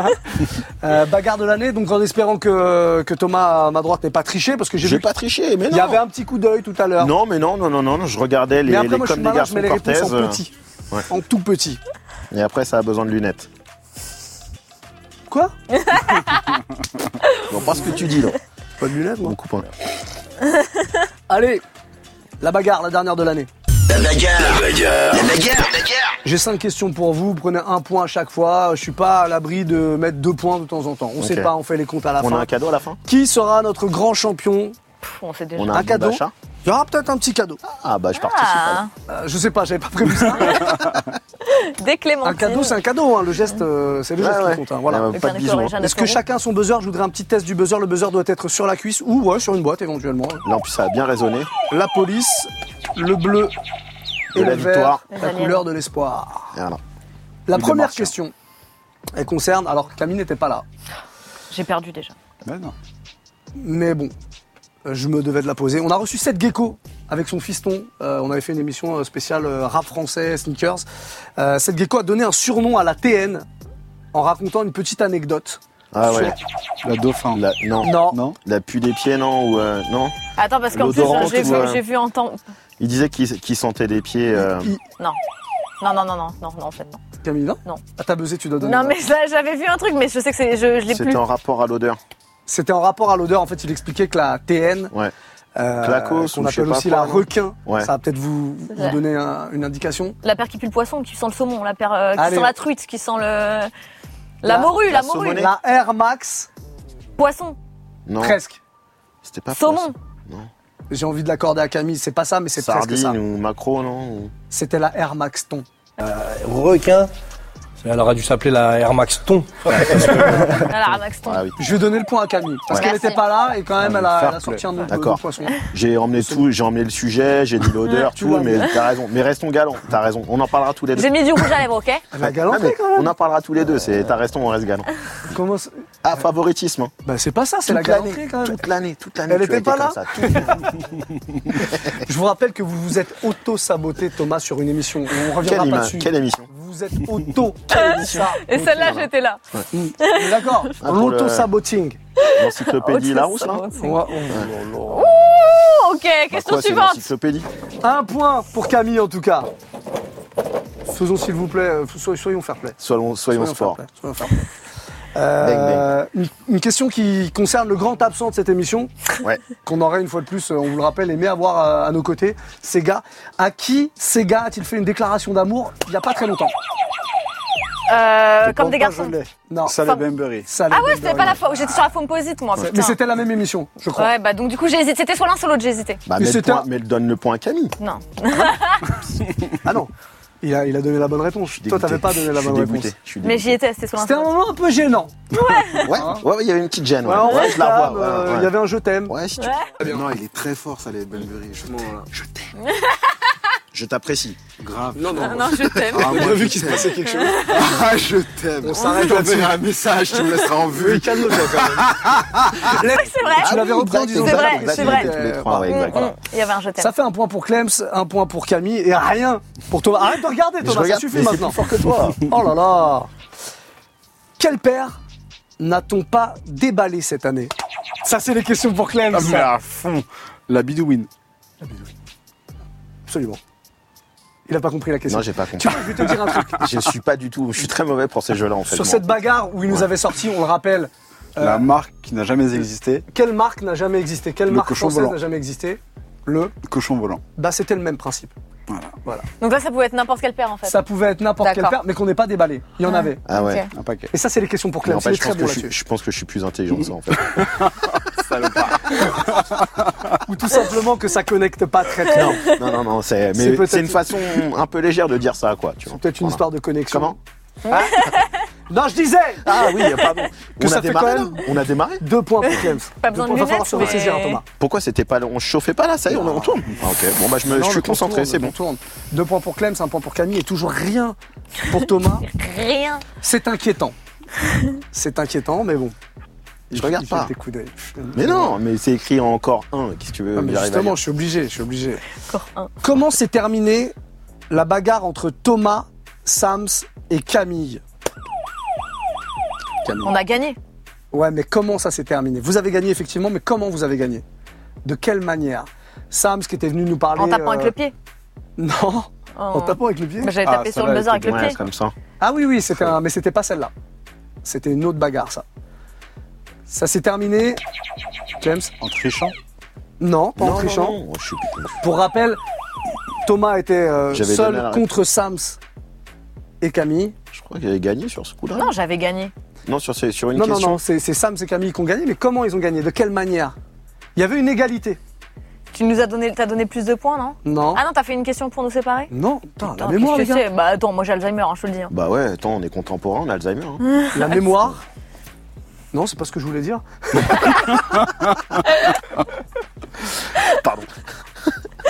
[SPEAKER 5] [LAUGHS] Euh, bagarre de l'année, donc en espérant que, que Thomas à ma droite n'ait pas triché, parce que j'ai
[SPEAKER 4] J'ai
[SPEAKER 5] vu
[SPEAKER 4] pas triché, mais non.
[SPEAKER 5] qu'il y avait un petit coup d'œil tout à l'heure.
[SPEAKER 4] Non, mais non, non, non, non. Je regardais les,
[SPEAKER 5] mais après,
[SPEAKER 4] les
[SPEAKER 5] moi, je suis
[SPEAKER 4] comme des
[SPEAKER 5] malin, je
[SPEAKER 4] garçons
[SPEAKER 5] mets les réponses
[SPEAKER 4] Cortez. euh,
[SPEAKER 5] en petit.
[SPEAKER 4] ouais.
[SPEAKER 5] En tout petit.
[SPEAKER 4] Et après, ça a besoin de lunettes.
[SPEAKER 5] Quoi
[SPEAKER 4] Je vois pas ce que tu
[SPEAKER 5] [LAUGHS]
[SPEAKER 4] dis, là.
[SPEAKER 5] Pas de lunettes, moi.
[SPEAKER 4] Beaucoup point.
[SPEAKER 5] Allez, la bagarre, la dernière de l'année.
[SPEAKER 1] La bagarre. La bagarre. La bagarre. La bagarre.
[SPEAKER 5] J'ai cinq questions pour vous. Prenez un point à chaque fois. Je suis pas à l'abri de mettre deux points de temps en temps. On
[SPEAKER 4] Ok.
[SPEAKER 5] sait pas, on fait les comptes à la
[SPEAKER 4] On a
[SPEAKER 5] fin.
[SPEAKER 4] un cadeau à la fin
[SPEAKER 5] Qui sera notre grand champion
[SPEAKER 3] Pff, on sait déjà.
[SPEAKER 4] On a
[SPEAKER 5] Un
[SPEAKER 4] un, bon
[SPEAKER 5] cadeau
[SPEAKER 4] d'achat
[SPEAKER 5] Il y aura peut-être un petit cadeau.
[SPEAKER 4] Ah, bah, je participe.
[SPEAKER 3] Ah,
[SPEAKER 5] Euh, je sais pas, j'avais pas prévu [LAUGHS] ça.
[SPEAKER 3] des Clémentines.
[SPEAKER 5] un cadeau, c'est un cadeau. hein. Le geste, euh, c'est le
[SPEAKER 4] Ouais,
[SPEAKER 5] geste
[SPEAKER 4] ouais.
[SPEAKER 5] qui compte. hein. Voilà.
[SPEAKER 4] Ouais,
[SPEAKER 3] Le
[SPEAKER 4] Pas de
[SPEAKER 3] Père
[SPEAKER 4] bisous,
[SPEAKER 3] Nicolas et
[SPEAKER 4] hein.
[SPEAKER 3] Jeanne
[SPEAKER 5] Est-ce que
[SPEAKER 3] Aspero.
[SPEAKER 5] chacun son buzzer Je voudrais un petit test du buzzer. Le buzzer doit être sur la cuisse ou ouais, sur une boîte éventuellement.
[SPEAKER 4] Là, en plus, ça a bien résonné.
[SPEAKER 5] La police, le bleu et
[SPEAKER 4] De la
[SPEAKER 5] le vert,
[SPEAKER 4] victoire.
[SPEAKER 5] la
[SPEAKER 3] Les aliens.
[SPEAKER 5] couleur de l'espoir.
[SPEAKER 4] Et voilà.
[SPEAKER 5] La
[SPEAKER 4] Ou des
[SPEAKER 5] première
[SPEAKER 4] martiens.
[SPEAKER 5] question, elle concerne. Alors, Camille n'était pas là,
[SPEAKER 3] J'ai perdu déjà.
[SPEAKER 6] Mais non.
[SPEAKER 5] mais bon, euh, je me devais de la poser. On a reçu Seth Gecko avec son fiston. Euh, on avait fait une émission euh, spéciale euh, rap français, sneakers. Euh, Seth Gecko a donné un surnom à la TN en racontant une petite anecdote.
[SPEAKER 4] Ah ouais.
[SPEAKER 6] La dauphin.
[SPEAKER 4] La, non.
[SPEAKER 5] Non.
[SPEAKER 6] Non
[SPEAKER 4] La pue des pieds, non ou euh, Non.
[SPEAKER 3] Attends, parce qu'en plus,
[SPEAKER 4] L'odorant,
[SPEAKER 3] j'ai
[SPEAKER 4] tu
[SPEAKER 3] vu,
[SPEAKER 4] vois.
[SPEAKER 3] j'ai vu en temps.
[SPEAKER 4] Il disait qu'il qu'il sentait des pieds. euh,
[SPEAKER 5] Il-
[SPEAKER 3] Non. Non, non, non, non, non, non, en fait, non.
[SPEAKER 5] Camille, non
[SPEAKER 3] Non.
[SPEAKER 5] À ta buzzé, tu dois donner.
[SPEAKER 3] Non, mais là, j'avais vu un truc, mais je sais que c'est, je, je l'ai plus.
[SPEAKER 4] C'était en rapport à l'odeur.
[SPEAKER 5] C'était en rapport à l'odeur. En fait, il expliquait que la TN,
[SPEAKER 4] Ouais.
[SPEAKER 5] euh,
[SPEAKER 4] Clacos
[SPEAKER 5] qu'on
[SPEAKER 4] ou je sais
[SPEAKER 5] appelle
[SPEAKER 4] pas
[SPEAKER 5] aussi
[SPEAKER 4] quoi,
[SPEAKER 5] la
[SPEAKER 4] non
[SPEAKER 5] requin,
[SPEAKER 4] Ouais.
[SPEAKER 5] ça va peut-être vous, vous
[SPEAKER 3] vrai.
[SPEAKER 5] donner un- une indication.
[SPEAKER 3] La paire qui pue le poisson, qui sent le saumon, la paire euh, qui
[SPEAKER 5] Allez.
[SPEAKER 3] sent la truite, qui sent le.
[SPEAKER 5] La-
[SPEAKER 3] La morue,
[SPEAKER 4] la
[SPEAKER 3] la, morue.
[SPEAKER 4] saumonée.
[SPEAKER 5] La Air Max,
[SPEAKER 3] Poisson,
[SPEAKER 4] Non.
[SPEAKER 5] presque.
[SPEAKER 4] C'était pas
[SPEAKER 3] saumon.
[SPEAKER 5] J'ai envie de l'accorder à Camille, c'est pas ça, mais c'est presque ça.
[SPEAKER 4] Sardine ou macro, non
[SPEAKER 5] C'était la Air Max Ton.
[SPEAKER 2] Requin. Elle aura dû s'appeler la Air Max Ton.
[SPEAKER 3] Voilà, Ramaxton.
[SPEAKER 4] Ah oui.
[SPEAKER 5] Je vais donner le point à Camille, parce
[SPEAKER 3] Ouais.
[SPEAKER 5] qu'elle
[SPEAKER 3] Merci.
[SPEAKER 5] n'était pas là et quand même,
[SPEAKER 6] Ouais,
[SPEAKER 5] elle a,
[SPEAKER 6] fair
[SPEAKER 5] elle a sorti
[SPEAKER 6] play.
[SPEAKER 5] un nom de- de
[SPEAKER 4] Ah, D'accord.
[SPEAKER 5] poisson.
[SPEAKER 4] J'ai emmené tout, j'ai emmené le sujet,
[SPEAKER 5] [LAUGHS]
[SPEAKER 4] j'ai dit l'odeur,
[SPEAKER 5] Tu
[SPEAKER 4] tout,
[SPEAKER 5] vois,
[SPEAKER 4] mais t'as raison. Mais restons galants, t'as raison. On en parlera tous les deux.
[SPEAKER 3] J'ai mis du rouge à lèvres,
[SPEAKER 4] [LAUGHS]
[SPEAKER 3] ok
[SPEAKER 5] Elle a
[SPEAKER 4] Ah,
[SPEAKER 5] galanté
[SPEAKER 4] mais
[SPEAKER 5] quand même.
[SPEAKER 4] on en parlera tous les deux, c'est t'as raison, on reste
[SPEAKER 5] [LAUGHS]
[SPEAKER 4] galant.
[SPEAKER 5] Comment c'est-
[SPEAKER 4] Ah, favoritisme. hein.
[SPEAKER 5] Bah, c'est pas ça, c'est la
[SPEAKER 4] Toute
[SPEAKER 5] galanterie
[SPEAKER 4] l'année,
[SPEAKER 5] quand même.
[SPEAKER 4] toute l'année, toute l'année.
[SPEAKER 5] Elle
[SPEAKER 4] tu
[SPEAKER 5] était
[SPEAKER 4] as été
[SPEAKER 5] pas
[SPEAKER 4] comme
[SPEAKER 5] là
[SPEAKER 4] ça, tout-
[SPEAKER 5] Je vous rappelle que vous vous êtes auto-saboté, Thomas, sur une émission. On reviendra
[SPEAKER 4] Quelle,
[SPEAKER 5] pas
[SPEAKER 4] ima-
[SPEAKER 5] dessus.
[SPEAKER 4] quelle émission
[SPEAKER 5] Vous êtes auto. Mm.
[SPEAKER 3] Et celle-là,
[SPEAKER 4] voilà.
[SPEAKER 3] j'étais là.
[SPEAKER 4] [LAUGHS]
[SPEAKER 5] D'accord.
[SPEAKER 4] Ah, pour le-
[SPEAKER 5] L'auto-saboting.
[SPEAKER 4] L'encyclopédie
[SPEAKER 3] Autre
[SPEAKER 4] Larousse, là
[SPEAKER 3] sauce.
[SPEAKER 5] On va-
[SPEAKER 3] Oh, ok,
[SPEAKER 4] Bah
[SPEAKER 3] question
[SPEAKER 4] quoi, c'est
[SPEAKER 3] suivante.
[SPEAKER 4] l'encyclopédie
[SPEAKER 5] Un point pour Camille en tout cas. Faisons s'il vous plaît, euh, so- soyons fair play.
[SPEAKER 4] Soyons, soyons
[SPEAKER 5] fair
[SPEAKER 4] sport. [LAUGHS]
[SPEAKER 5] play, soyons fair play. Euh, une, une question qui concerne le grand absent de cette émission,
[SPEAKER 4] Ouais.
[SPEAKER 5] qu'on aurait une fois de plus, euh, on vous le rappelle, aimé avoir euh, à nos côtés, Sega. À qui Sega a-t-il fait une déclaration d'amour il n'y a pas très longtemps
[SPEAKER 3] Euh,
[SPEAKER 6] Je
[SPEAKER 3] comme des
[SPEAKER 6] pense pas
[SPEAKER 3] garçons.
[SPEAKER 6] que je l'ai.
[SPEAKER 5] Non.
[SPEAKER 6] Salé
[SPEAKER 3] Enfin-
[SPEAKER 6] Benbury.
[SPEAKER 5] Ça allait
[SPEAKER 3] Ah ouais,
[SPEAKER 5] bien
[SPEAKER 3] c'était
[SPEAKER 5] de
[SPEAKER 3] pas la
[SPEAKER 5] rien.
[SPEAKER 3] faute. J'étais sur la Fomposite, moi. putain.
[SPEAKER 5] Mais c'était la même émission, je crois.
[SPEAKER 3] Ouais, bah donc du coup, j'ai hésité. C'était soit l'un, soit l'autre, j'ai hésité.
[SPEAKER 4] Bah,
[SPEAKER 5] Mais
[SPEAKER 4] mais, le
[SPEAKER 5] c'était
[SPEAKER 4] point-
[SPEAKER 5] un-
[SPEAKER 4] mais donne le point à Camille.
[SPEAKER 3] Non.
[SPEAKER 5] Ah non, il a, il a donné la bonne réponse. Toi,
[SPEAKER 4] Dégoûté.
[SPEAKER 5] t'avais pas donné la
[SPEAKER 4] Je suis
[SPEAKER 5] bonne
[SPEAKER 4] dégoûté.
[SPEAKER 5] réponse.
[SPEAKER 4] Je suis
[SPEAKER 3] Mais
[SPEAKER 4] dégoûté.
[SPEAKER 3] j'y étais, c'était soit l'un,
[SPEAKER 5] C'était
[SPEAKER 3] soit
[SPEAKER 5] un
[SPEAKER 3] l'autre.
[SPEAKER 5] moment un peu gênant.
[SPEAKER 4] Ouais, ouais, ouais, il y avait une petite gêne. Ouais,
[SPEAKER 5] Ouais, on
[SPEAKER 4] Ouais, je la
[SPEAKER 5] réclame,
[SPEAKER 4] vois. ouais,
[SPEAKER 5] euh,
[SPEAKER 4] ouais.
[SPEAKER 5] Il y avait un je t'aime.
[SPEAKER 4] Ouais, si tu-
[SPEAKER 6] Non, il est très fort, Salé Benbury. Je
[SPEAKER 4] Je t'aime. Je t'apprécie.
[SPEAKER 6] Grave.
[SPEAKER 5] Non, non,
[SPEAKER 3] Non, je t'aime.
[SPEAKER 6] Ah, moi, je t'aime.
[SPEAKER 5] passait quelque chose.
[SPEAKER 6] Ah, je t'aime.
[SPEAKER 5] On
[SPEAKER 4] [LAUGHS]
[SPEAKER 5] s'arrête
[SPEAKER 6] Je
[SPEAKER 5] là-dessus.
[SPEAKER 6] t'enverrai un message, tu me laisseras en vue.
[SPEAKER 5] Calme-toi quand même.
[SPEAKER 3] C'est vrai.
[SPEAKER 5] Tu l'avais repris en
[SPEAKER 4] exact,
[SPEAKER 5] disant
[SPEAKER 3] c'est
[SPEAKER 5] ça,
[SPEAKER 3] vrai,
[SPEAKER 5] donc
[SPEAKER 3] c'est
[SPEAKER 5] là,
[SPEAKER 3] vrai.
[SPEAKER 5] c'était,
[SPEAKER 4] Les
[SPEAKER 5] euh,
[SPEAKER 4] trois, ouais,
[SPEAKER 3] Mm,
[SPEAKER 4] exact, voilà.
[SPEAKER 3] mm. Il y avait un je t'aime.
[SPEAKER 5] Ça fait un point pour Clems, un point pour Camille et rien pour Thomas. Arrête de regarder, Thomas, ça
[SPEAKER 4] regarde,
[SPEAKER 5] suffit
[SPEAKER 4] mais c'est
[SPEAKER 5] maintenant.
[SPEAKER 4] plus fort que toi.
[SPEAKER 5] [LAUGHS] Oh là là Quel père n'a-t-on pas déballé cette année Ça, c'est les questions pour Clems.
[SPEAKER 6] Ah, mais à fond. La bidouine.
[SPEAKER 5] Absolument. Il a pas compris la question.
[SPEAKER 4] Non, j'ai pas
[SPEAKER 5] Tu
[SPEAKER 4] compris.
[SPEAKER 5] vois, [LAUGHS] je vais te dire
[SPEAKER 4] [LAUGHS]
[SPEAKER 5] un truc.
[SPEAKER 4] Je suis pas du tout. Je suis très mauvais pour ces jeux-là, en fait.
[SPEAKER 5] Sur
[SPEAKER 4] moi.
[SPEAKER 5] cette bagarre où il nous
[SPEAKER 4] Ouais.
[SPEAKER 5] avait sorti, on le rappelle, euh,
[SPEAKER 6] La marque qui n'a jamais existé,
[SPEAKER 5] quelle marque n'a jamais existé Quelle
[SPEAKER 6] Le
[SPEAKER 5] marque
[SPEAKER 6] cochon
[SPEAKER 5] française
[SPEAKER 6] volant.
[SPEAKER 5] n'a jamais existé Le
[SPEAKER 6] cochon volant.
[SPEAKER 5] Bah, c'était le même principe.
[SPEAKER 3] Donc là, ça pouvait être n'importe quel père en fait.
[SPEAKER 5] Ça pouvait être n'importe quel
[SPEAKER 3] D'accord.
[SPEAKER 5] père, mais qu'on n'ait pas déballé. Il y en avait.
[SPEAKER 4] Ah ouais.
[SPEAKER 3] Ok.
[SPEAKER 6] Un paquet.
[SPEAKER 5] Et ça, c'est les questions pour
[SPEAKER 4] Mais
[SPEAKER 5] Clem.
[SPEAKER 4] Bah, en fait,
[SPEAKER 5] C'est
[SPEAKER 4] je pense,
[SPEAKER 5] très
[SPEAKER 4] que
[SPEAKER 5] bon
[SPEAKER 4] je, suis,
[SPEAKER 5] là-dessus.
[SPEAKER 4] je pense que je suis plus intelligent que ça, en fait.
[SPEAKER 5] [LAUGHS] Ou tout simplement que ça connecte pas très très bien.
[SPEAKER 4] Non, non, non, c'est.
[SPEAKER 5] C'est
[SPEAKER 4] Mais
[SPEAKER 5] peut-être-
[SPEAKER 4] c'est une façon un peu légère de dire ça, quoi. Tu vois.
[SPEAKER 5] C'est peut-être une
[SPEAKER 4] Voilà.
[SPEAKER 5] histoire de connexion. Hein
[SPEAKER 4] Comment
[SPEAKER 5] [LAUGHS] Non, je disais
[SPEAKER 4] Ah oui, pardon.
[SPEAKER 5] [LAUGHS] Que
[SPEAKER 4] on,
[SPEAKER 5] ça
[SPEAKER 4] a
[SPEAKER 5] fait
[SPEAKER 4] démarré,
[SPEAKER 5] quand même-
[SPEAKER 4] là on a démarré.
[SPEAKER 5] Deux points pour Clem.
[SPEAKER 3] Pas besoin
[SPEAKER 5] Deux
[SPEAKER 3] de
[SPEAKER 5] points. Il va falloir
[SPEAKER 3] lunettes,
[SPEAKER 5] se ressaisir,
[SPEAKER 3] mais-
[SPEAKER 5] Thomas.
[SPEAKER 4] Pourquoi c'était pas. On se chauffait pas là, ça y est, on, on tourne. Ah, ok, bon, bah, Euh, je, me,
[SPEAKER 5] Non,
[SPEAKER 4] je suis
[SPEAKER 5] le contourne,
[SPEAKER 4] concentré, c'est
[SPEAKER 5] le
[SPEAKER 4] bon.
[SPEAKER 5] contourne. Deux points pour Clem, un point pour Camille et toujours rien
[SPEAKER 3] [LAUGHS]
[SPEAKER 5] pour Thomas.
[SPEAKER 3] Rien.
[SPEAKER 5] C'est inquiétant. C'est inquiétant, mais bon.
[SPEAKER 4] Je regarde
[SPEAKER 5] Il fait
[SPEAKER 4] pas.
[SPEAKER 5] Des coups d'œil.
[SPEAKER 4] Mais non, mais c'est écrit en encore un. Qu'est-ce que tu veux
[SPEAKER 5] Ah, mais
[SPEAKER 4] j'arrive à
[SPEAKER 5] justement,
[SPEAKER 4] lire.
[SPEAKER 5] je suis obligé, je suis obligé.
[SPEAKER 3] Encore un.
[SPEAKER 5] Comment s'est terminée la bagarre entre Thomas, Sams et Camille
[SPEAKER 3] On a gagné.
[SPEAKER 5] Ouais, mais comment ça s'est terminé Vous avez gagné effectivement, mais comment vous avez gagné De quelle manière Sams qui était venu nous parler.
[SPEAKER 3] En tapant avec
[SPEAKER 5] [LAUGHS] euh,
[SPEAKER 3] le pied.
[SPEAKER 5] Non, en
[SPEAKER 3] En-
[SPEAKER 5] tapant avec le pied.
[SPEAKER 3] Bah, J'avais
[SPEAKER 6] Ah,
[SPEAKER 3] tapé sur
[SPEAKER 6] celle-là,
[SPEAKER 3] le buzzer
[SPEAKER 6] elle
[SPEAKER 3] avec le
[SPEAKER 4] Ouais,
[SPEAKER 3] pied.
[SPEAKER 4] c'est comme ça.
[SPEAKER 5] Ah oui, oui, c'était un, mais c'était pas celle-là. C'était une autre bagarre, ça. Ça s'est terminé. James
[SPEAKER 6] En trichant.
[SPEAKER 5] Non, pas en
[SPEAKER 4] Non,
[SPEAKER 5] trichant.
[SPEAKER 4] non, non, je suis-
[SPEAKER 5] Pour rappel, Thomas était euh,
[SPEAKER 4] J'avais
[SPEAKER 5] seul
[SPEAKER 4] donné la
[SPEAKER 5] contre Sams et Camille.
[SPEAKER 4] Je crois qu'il avait gagné sur ce coup-là.
[SPEAKER 3] Non, j'avais gagné.
[SPEAKER 4] Non, sur, ce- sur une
[SPEAKER 5] non, non,
[SPEAKER 4] question.
[SPEAKER 5] non, c'est c'est Sams et Camille qui ont gagné, mais comment ils ont gagné De quelle manière Il y avait une égalité.
[SPEAKER 3] Tu nous as donné, t'as donné plus de points, non
[SPEAKER 5] Non.
[SPEAKER 3] Ah non, t'as fait une question pour nous séparer
[SPEAKER 5] non, putain, la
[SPEAKER 3] Attends,
[SPEAKER 5] mémoire, les
[SPEAKER 3] qu'est-ce que
[SPEAKER 5] gars.
[SPEAKER 3] c'est Bah attends, moi j'ai Alzheimer, hein, je te le dis. hein.
[SPEAKER 4] Bah ouais, attends, on est contemporain, on a Alzheimer.
[SPEAKER 3] Mm.
[SPEAKER 4] hein.
[SPEAKER 5] La mémoire. Non, c'est pas ce que je voulais dire.
[SPEAKER 4] Pardon.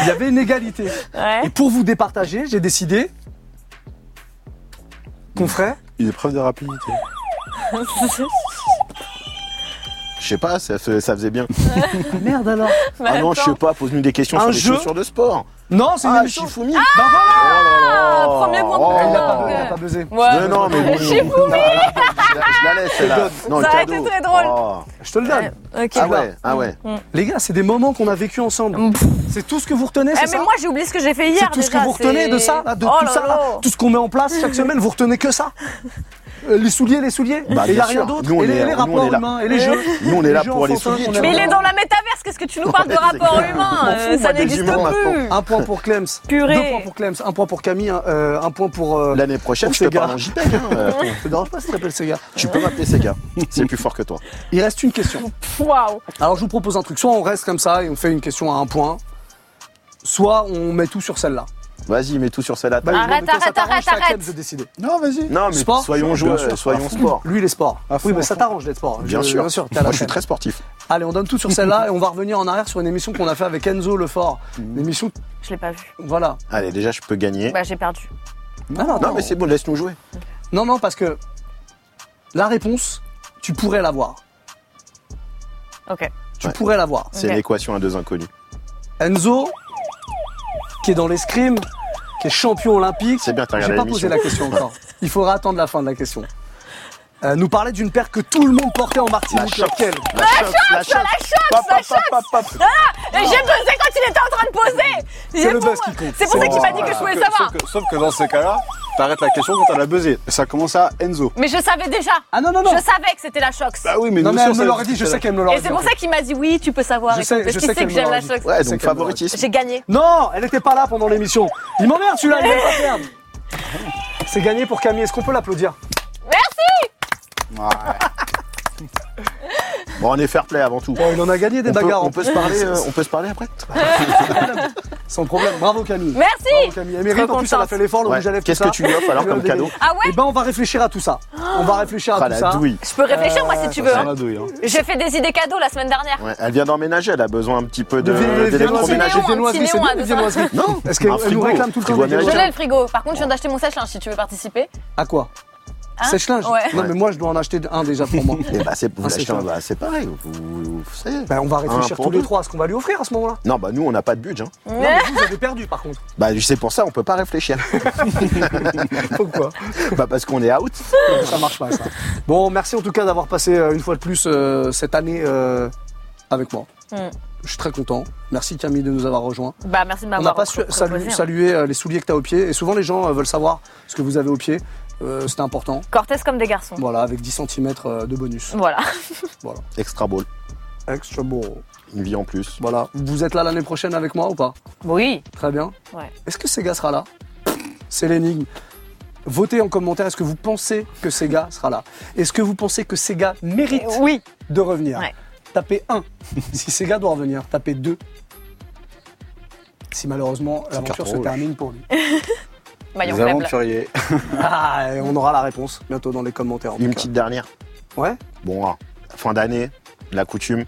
[SPEAKER 5] Il y avait une égalité. Et
[SPEAKER 3] [LAUGHS] Ouais.
[SPEAKER 5] pour vous départager, j'ai décidé qu'on ferait
[SPEAKER 6] Une épreuve de rapidité.
[SPEAKER 5] Ah
[SPEAKER 4] Je sais pas, ça, fait- ça faisait bien.
[SPEAKER 5] Ah, merde alors.
[SPEAKER 3] Bah,
[SPEAKER 4] Ah non, je sais
[SPEAKER 3] attends.
[SPEAKER 4] pas, pose-nous des questions
[SPEAKER 5] Un
[SPEAKER 4] sur
[SPEAKER 5] jeu
[SPEAKER 4] les chaussures de sport.
[SPEAKER 5] Non, c'est une
[SPEAKER 4] Ah,
[SPEAKER 5] émission.
[SPEAKER 4] Shifumi
[SPEAKER 5] Bah voilà.
[SPEAKER 3] Ah, premier point
[SPEAKER 4] Oh.
[SPEAKER 5] Elle
[SPEAKER 3] pour
[SPEAKER 5] n'a pas,
[SPEAKER 3] Thomas.
[SPEAKER 5] elle a pas buzzé.
[SPEAKER 3] Ouais.
[SPEAKER 4] Mais
[SPEAKER 5] Euh,
[SPEAKER 4] non, mais bon,
[SPEAKER 3] Je suis
[SPEAKER 4] non, je la- je la laisse, là. Non,
[SPEAKER 3] Ça
[SPEAKER 4] le
[SPEAKER 3] a été
[SPEAKER 4] cadeau.
[SPEAKER 3] très drôle.
[SPEAKER 4] Oh.
[SPEAKER 5] Je te le donne.
[SPEAKER 3] Ok.
[SPEAKER 4] Ah ouais, ah ouais.
[SPEAKER 5] Les gars, c'est des moments qu'on a vécu ensemble.
[SPEAKER 3] Mm.
[SPEAKER 5] C'est tout ce que vous retenez,
[SPEAKER 3] Eh,
[SPEAKER 5] c'est
[SPEAKER 3] mais
[SPEAKER 5] ça
[SPEAKER 3] moi j'ai oublié ce que j'ai fait hier.
[SPEAKER 5] C'est tout ce que
[SPEAKER 3] déjà,
[SPEAKER 5] vous retenez
[SPEAKER 3] c'est-
[SPEAKER 5] de ça, là, de
[SPEAKER 3] Oh
[SPEAKER 5] tout
[SPEAKER 3] là
[SPEAKER 5] ça, là,
[SPEAKER 3] là.
[SPEAKER 5] tout ce qu'on met en place chaque semaine, vous retenez que ça Euh, Les souliers, les souliers,
[SPEAKER 4] Bah,
[SPEAKER 5] et il n'y a
[SPEAKER 4] bien
[SPEAKER 5] rien
[SPEAKER 4] sûr.
[SPEAKER 5] d'autre,
[SPEAKER 4] Nous, on
[SPEAKER 5] et les,
[SPEAKER 4] est-
[SPEAKER 5] les
[SPEAKER 4] nous, on
[SPEAKER 5] rapports
[SPEAKER 4] est là.
[SPEAKER 5] humains, et les jeux.
[SPEAKER 4] Nous, on est là
[SPEAKER 5] jeux
[SPEAKER 4] pour les
[SPEAKER 5] enfantins
[SPEAKER 4] souliers,
[SPEAKER 5] qu'on
[SPEAKER 4] tu
[SPEAKER 5] aime
[SPEAKER 3] Mais il
[SPEAKER 5] bien.
[SPEAKER 3] est dans la métaverse, qu'est-ce que tu nous parles de
[SPEAKER 4] Ouais,
[SPEAKER 3] rapport
[SPEAKER 4] c'est clair.
[SPEAKER 3] humain
[SPEAKER 4] Je m'en
[SPEAKER 3] euh,
[SPEAKER 4] fous,
[SPEAKER 3] Ça
[SPEAKER 4] moi, des
[SPEAKER 3] n'existe
[SPEAKER 4] humains,
[SPEAKER 3] plus.
[SPEAKER 4] maintenant.
[SPEAKER 5] Un point pour Clems,
[SPEAKER 3] Purée.
[SPEAKER 5] deux points pour Clems, un point pour Camille, un, euh, un point pour... euh,
[SPEAKER 4] L'année prochaine,
[SPEAKER 5] pour
[SPEAKER 4] je te
[SPEAKER 5] Sega.
[SPEAKER 4] parle en JPEG. hein, euh.
[SPEAKER 5] Ça te dérange pas si tu t'appelles ce gars
[SPEAKER 4] Tu peux m'appeler Sega, c'est plus fort que toi.
[SPEAKER 5] Il reste une question.
[SPEAKER 3] Waouh.
[SPEAKER 5] Alors je vous propose un truc, soit on reste comme ça et on fait une question à un point, soit on met tout sur celle-là.
[SPEAKER 4] Vas-y, mets tout sur celle-là.
[SPEAKER 5] Bah, je vois
[SPEAKER 3] Arrête,
[SPEAKER 5] de quoi ça
[SPEAKER 3] arrête,
[SPEAKER 5] t'arrange,
[SPEAKER 3] arrête,
[SPEAKER 5] c'est à Clems
[SPEAKER 3] arrête.
[SPEAKER 5] de décider.
[SPEAKER 6] Non, vas-y.
[SPEAKER 4] Non, mais
[SPEAKER 5] Sport
[SPEAKER 4] soyons
[SPEAKER 6] Bien
[SPEAKER 4] joueurs,
[SPEAKER 6] sûr,
[SPEAKER 4] soyons
[SPEAKER 6] à fond.
[SPEAKER 4] sport.
[SPEAKER 5] Lui, les sports.
[SPEAKER 6] À fond,
[SPEAKER 5] oui, mais
[SPEAKER 6] à
[SPEAKER 5] ça
[SPEAKER 6] fond.
[SPEAKER 5] t'arrange d'être sport.
[SPEAKER 4] Bien
[SPEAKER 5] Je-
[SPEAKER 4] sûr.
[SPEAKER 5] Bien sûr, t'es à la
[SPEAKER 4] Moi, je suis
[SPEAKER 5] chaîne.
[SPEAKER 4] très sportif.
[SPEAKER 5] Allez, on donne tout sur celle-là et on va revenir en arrière sur une émission qu'on a fait avec Enzo Lefort.
[SPEAKER 4] Mm.
[SPEAKER 5] Une émission,
[SPEAKER 3] Je l'ai pas vu.
[SPEAKER 5] voilà.
[SPEAKER 4] Allez, déjà, je peux gagner.
[SPEAKER 3] Bah j'ai perdu.
[SPEAKER 5] Non, non,
[SPEAKER 4] non, mais c'est bon, laisse-nous jouer.
[SPEAKER 5] non, non, parce que la réponse, tu pourrais l'avoir.
[SPEAKER 3] Ok.
[SPEAKER 5] Tu
[SPEAKER 4] Ouais.
[SPEAKER 5] pourrais l'avoir.
[SPEAKER 4] C'est
[SPEAKER 3] Ok.
[SPEAKER 4] l'équation à deux inconnus.
[SPEAKER 5] Enzo, qui est dans l'escrime, qui est champion olympique.
[SPEAKER 4] C'est bien, t'as
[SPEAKER 5] J'ai
[SPEAKER 4] regardé
[SPEAKER 5] pas posé
[SPEAKER 4] l'émission.
[SPEAKER 5] la question encore. Il faudra attendre la fin de la question. Euh, nous parlait d'une paire que tout le monde portait en Martinique.
[SPEAKER 4] La
[SPEAKER 5] Laquelle
[SPEAKER 4] La chope, la chope, Pop, pop, pop, pop, pop.
[SPEAKER 3] Et j'ai buzzé quand il était en train de poser
[SPEAKER 5] C'est
[SPEAKER 3] J'ai
[SPEAKER 5] le
[SPEAKER 3] pour-
[SPEAKER 5] buzz qui compte. Ah,
[SPEAKER 3] C'est pour ça qu'il m'a dit que je
[SPEAKER 6] Sauf
[SPEAKER 3] pouvais savoir.
[SPEAKER 6] sauf que- Sauf que dans ces cas-là, T'arrêtes la question quand elle a buzzé. Ça commence à Enzo.
[SPEAKER 3] Mais je savais déjà.
[SPEAKER 5] Ah non, non, non.
[SPEAKER 3] Je savais que c'était la Shox.
[SPEAKER 6] Bah oui, mais
[SPEAKER 5] non,
[SPEAKER 6] nous
[SPEAKER 5] mais
[SPEAKER 6] aussi,
[SPEAKER 5] elle
[SPEAKER 6] on
[SPEAKER 5] me
[SPEAKER 6] savait
[SPEAKER 5] l'aurait
[SPEAKER 6] que
[SPEAKER 5] dit, je
[SPEAKER 6] c'était
[SPEAKER 5] sais
[SPEAKER 6] la-
[SPEAKER 5] qu'elle me l'aurait
[SPEAKER 3] et
[SPEAKER 5] dit.
[SPEAKER 3] c'est pour
[SPEAKER 5] en
[SPEAKER 3] ça qu'il m'a dit oui, tu peux savoir.
[SPEAKER 5] Je
[SPEAKER 3] et tout,
[SPEAKER 5] sais-
[SPEAKER 3] parce
[SPEAKER 5] je
[SPEAKER 3] qu'il
[SPEAKER 5] sais
[SPEAKER 3] sait
[SPEAKER 5] qu'elle
[SPEAKER 3] que
[SPEAKER 5] me
[SPEAKER 3] j'aime
[SPEAKER 5] l'aura
[SPEAKER 3] la
[SPEAKER 5] dit.
[SPEAKER 3] Shox.
[SPEAKER 4] Ouais,
[SPEAKER 5] C'est
[SPEAKER 4] donc
[SPEAKER 5] qu'elle
[SPEAKER 4] favoritisme.
[SPEAKER 3] J'ai gagné.
[SPEAKER 5] Non, elle n'était pas là pendant l'émission. Il m'emmerde celui-là,
[SPEAKER 3] [LAUGHS]
[SPEAKER 5] il va pas perdre. C'est gagné pour Camille, est-ce qu'on peut l'applaudir
[SPEAKER 6] Ouais.
[SPEAKER 4] Bon, on est fair play avant tout.
[SPEAKER 5] Bon, Il en a gagné des
[SPEAKER 4] On peut,
[SPEAKER 5] bagarres.
[SPEAKER 4] on
[SPEAKER 5] en
[SPEAKER 4] peut
[SPEAKER 5] plus.
[SPEAKER 4] se parler,
[SPEAKER 6] [LAUGHS]
[SPEAKER 4] euh, on peut se parler après
[SPEAKER 6] Ah,
[SPEAKER 5] Sans problème, bravo Camille.
[SPEAKER 3] Merci.
[SPEAKER 5] Bravo Camille, elle mérite, en plus elle a fait l'effort, le
[SPEAKER 4] Ouais.
[SPEAKER 5] rouge à lèvres,
[SPEAKER 4] Qu'est-ce
[SPEAKER 5] tout
[SPEAKER 4] que tu
[SPEAKER 5] ça.
[SPEAKER 4] lui offres
[SPEAKER 5] [LAUGHS]
[SPEAKER 4] alors
[SPEAKER 5] Je lui
[SPEAKER 4] comme
[SPEAKER 5] ai donné.
[SPEAKER 4] cadeau
[SPEAKER 3] Ah ouais
[SPEAKER 5] Eh ben on va réfléchir à tout ça. On va réfléchir à
[SPEAKER 4] Ah
[SPEAKER 5] tout
[SPEAKER 4] la
[SPEAKER 5] ça.
[SPEAKER 4] douille.
[SPEAKER 3] Je peux réfléchir moi si tu veux.
[SPEAKER 5] Euh,
[SPEAKER 6] Ça sent
[SPEAKER 3] hein.
[SPEAKER 6] la douille. Hein.
[SPEAKER 3] J'ai fait des idées cadeaux la semaine dernière.
[SPEAKER 4] Ouais, elle vient d'emménager, elle a besoin un petit peu de-
[SPEAKER 5] Euh, Des- des- des-
[SPEAKER 4] d'électroménager.
[SPEAKER 5] des viennoiseries, c'est
[SPEAKER 3] Un
[SPEAKER 5] bien
[SPEAKER 3] petit néon, un
[SPEAKER 5] les viennoiseries.
[SPEAKER 4] Non,
[SPEAKER 5] Est-ce qu'elle
[SPEAKER 4] un
[SPEAKER 5] elle nous
[SPEAKER 4] frigo,
[SPEAKER 5] réclame tout le temps
[SPEAKER 4] frigo
[SPEAKER 5] des
[SPEAKER 3] Je
[SPEAKER 4] américain.
[SPEAKER 5] viennoiseries
[SPEAKER 3] l'ai le frigo. Par contre, je viens d'acheter mon sèche-linge si tu veux participer.
[SPEAKER 5] À quoi
[SPEAKER 3] Hein
[SPEAKER 5] Sèche-linge
[SPEAKER 3] Ouais.
[SPEAKER 5] Non mais moi je dois en acheter un déjà
[SPEAKER 4] [LAUGHS]
[SPEAKER 5] pour moi.
[SPEAKER 4] Eh bah, c'est
[SPEAKER 5] Ah, c'est
[SPEAKER 4] l'achetez un-
[SPEAKER 5] ça.
[SPEAKER 4] bah, c'est pareil, vous, vous- vous savez.
[SPEAKER 6] Bah.
[SPEAKER 5] Ben, on va réfléchir
[SPEAKER 4] Un pour
[SPEAKER 5] tous les
[SPEAKER 4] deux.
[SPEAKER 5] trois à ce qu'on va lui offrir à ce moment-là.
[SPEAKER 4] Non, bah nous, on n'a pas de budget. hein.
[SPEAKER 5] Non mais vous, vous avez perdu
[SPEAKER 4] [LAUGHS]
[SPEAKER 5] par contre.
[SPEAKER 4] Bah, c'est pour ça, on peut pas
[SPEAKER 6] [LAUGHS]
[SPEAKER 4] réfléchir.
[SPEAKER 5] Pourquoi
[SPEAKER 4] bah, parce qu'on est out.
[SPEAKER 5] Ça marche pas ça. Bon, merci en tout cas d'avoir passé euh, une fois de plus euh, cette année euh, avec moi.
[SPEAKER 3] Mm.
[SPEAKER 5] Je suis très content. Merci Camille de nous avoir rejoints.
[SPEAKER 3] Bah merci de
[SPEAKER 5] On n'a
[SPEAKER 3] m'avoir
[SPEAKER 5] pas su-
[SPEAKER 3] repro-
[SPEAKER 5] salu-
[SPEAKER 3] proposé, hein.
[SPEAKER 5] salué euh, les souliers que tu as au pied. Et souvent les gens euh, veulent savoir ce que vous avez au pied. Euh, C'était important.
[SPEAKER 3] Cortez comme des garçons.
[SPEAKER 5] Voilà, avec 10 cm de bonus.
[SPEAKER 3] Voilà.
[SPEAKER 4] Extra ball.
[SPEAKER 5] Extra bon.
[SPEAKER 4] Une vie en plus.
[SPEAKER 5] Voilà. Vous êtes là l'année prochaine avec moi ou pas
[SPEAKER 3] Oui.
[SPEAKER 5] Très bien.
[SPEAKER 3] Ouais.
[SPEAKER 5] Est-ce que Sega sera là C'est l'énigme. Votez en commentaire, est-ce que vous pensez que Sega sera là Est-ce que vous pensez que Sega mérite
[SPEAKER 3] Oui.
[SPEAKER 5] de revenir
[SPEAKER 3] Ouais.
[SPEAKER 5] Tapez 1. [LAUGHS] si Sega doit revenir, tapez 2. Si malheureusement l'aventure
[SPEAKER 6] carte
[SPEAKER 5] se
[SPEAKER 6] rouge.
[SPEAKER 5] termine pour lui.
[SPEAKER 3] Maillon
[SPEAKER 6] Les
[SPEAKER 3] faible.
[SPEAKER 6] aventuriers.
[SPEAKER 5] Ah, et on aura la réponse bientôt dans les commentaires. en tout
[SPEAKER 4] Une
[SPEAKER 5] cas.
[SPEAKER 4] petite dernière.
[SPEAKER 5] Ouais
[SPEAKER 4] Bon, ah, fin d'année, la coutume,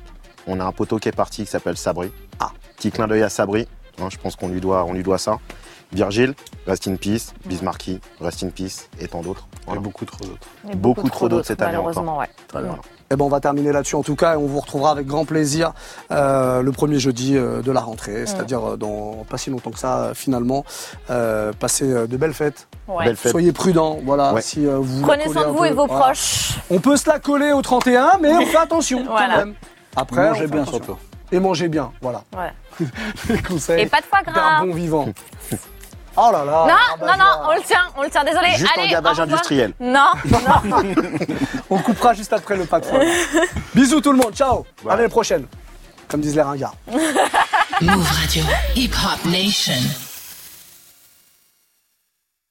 [SPEAKER 4] on a un poteau qui est parti qui s'appelle Sabri.
[SPEAKER 5] Ah.
[SPEAKER 4] Petit clin d'œil à Sabri. hein, je pense qu'on lui doit, on lui doit ça. Virgile, rest in peace. Bismarcky, rest in peace. Et tant d'autres.
[SPEAKER 6] Il y a
[SPEAKER 4] Voilà.
[SPEAKER 6] beaucoup trop d'autres.
[SPEAKER 3] Mais
[SPEAKER 4] Beaucoup trop d'autres cette année
[SPEAKER 3] Malheureusement, ouais.
[SPEAKER 4] Voilà.
[SPEAKER 5] Eh ben, on va terminer là-dessus en tout cas et on vous retrouvera avec grand plaisir euh, le premier jeudi euh, de la rentrée, c'est-à-dire euh, dans pas si longtemps que ça euh, finalement. Euh, passez euh, de belles fêtes.
[SPEAKER 3] Ouais.
[SPEAKER 4] Belle fête.
[SPEAKER 5] Soyez prudents, voilà.
[SPEAKER 4] Ouais.
[SPEAKER 5] Si, euh, vous
[SPEAKER 3] Prenez
[SPEAKER 5] collez
[SPEAKER 3] soin de
[SPEAKER 5] un
[SPEAKER 3] vous
[SPEAKER 5] peu,
[SPEAKER 3] et de vos
[SPEAKER 5] voilà.
[SPEAKER 3] proches.
[SPEAKER 5] On peut se la coller au 31, mais on fait attention
[SPEAKER 3] Voilà.
[SPEAKER 5] quand même. Après, on
[SPEAKER 6] Mangez
[SPEAKER 5] fait
[SPEAKER 6] bien
[SPEAKER 5] attention.
[SPEAKER 6] surtout.
[SPEAKER 5] Et mangez bien,
[SPEAKER 6] [LAUGHS]
[SPEAKER 5] voilà.
[SPEAKER 3] Voilà.
[SPEAKER 5] Les conseils
[SPEAKER 3] Et pas de foie gras.
[SPEAKER 5] d'un
[SPEAKER 3] [LAUGHS]
[SPEAKER 5] bon vivant. Oh là là
[SPEAKER 3] Non,
[SPEAKER 5] ah bah
[SPEAKER 3] non, non,
[SPEAKER 5] voilà.
[SPEAKER 3] on le tient, on le tient, désolé.
[SPEAKER 4] Juste
[SPEAKER 3] Allez,
[SPEAKER 4] un gavage
[SPEAKER 3] au revoir.
[SPEAKER 4] industriel.
[SPEAKER 3] Non,
[SPEAKER 4] [LAUGHS]
[SPEAKER 3] non.
[SPEAKER 5] On coupera juste après le patron.
[SPEAKER 3] [LAUGHS]
[SPEAKER 5] Bisous tout le monde, ciao À l'année prochaine Comme disent les ringards.
[SPEAKER 7] Move Radio, Hip Hop Nation.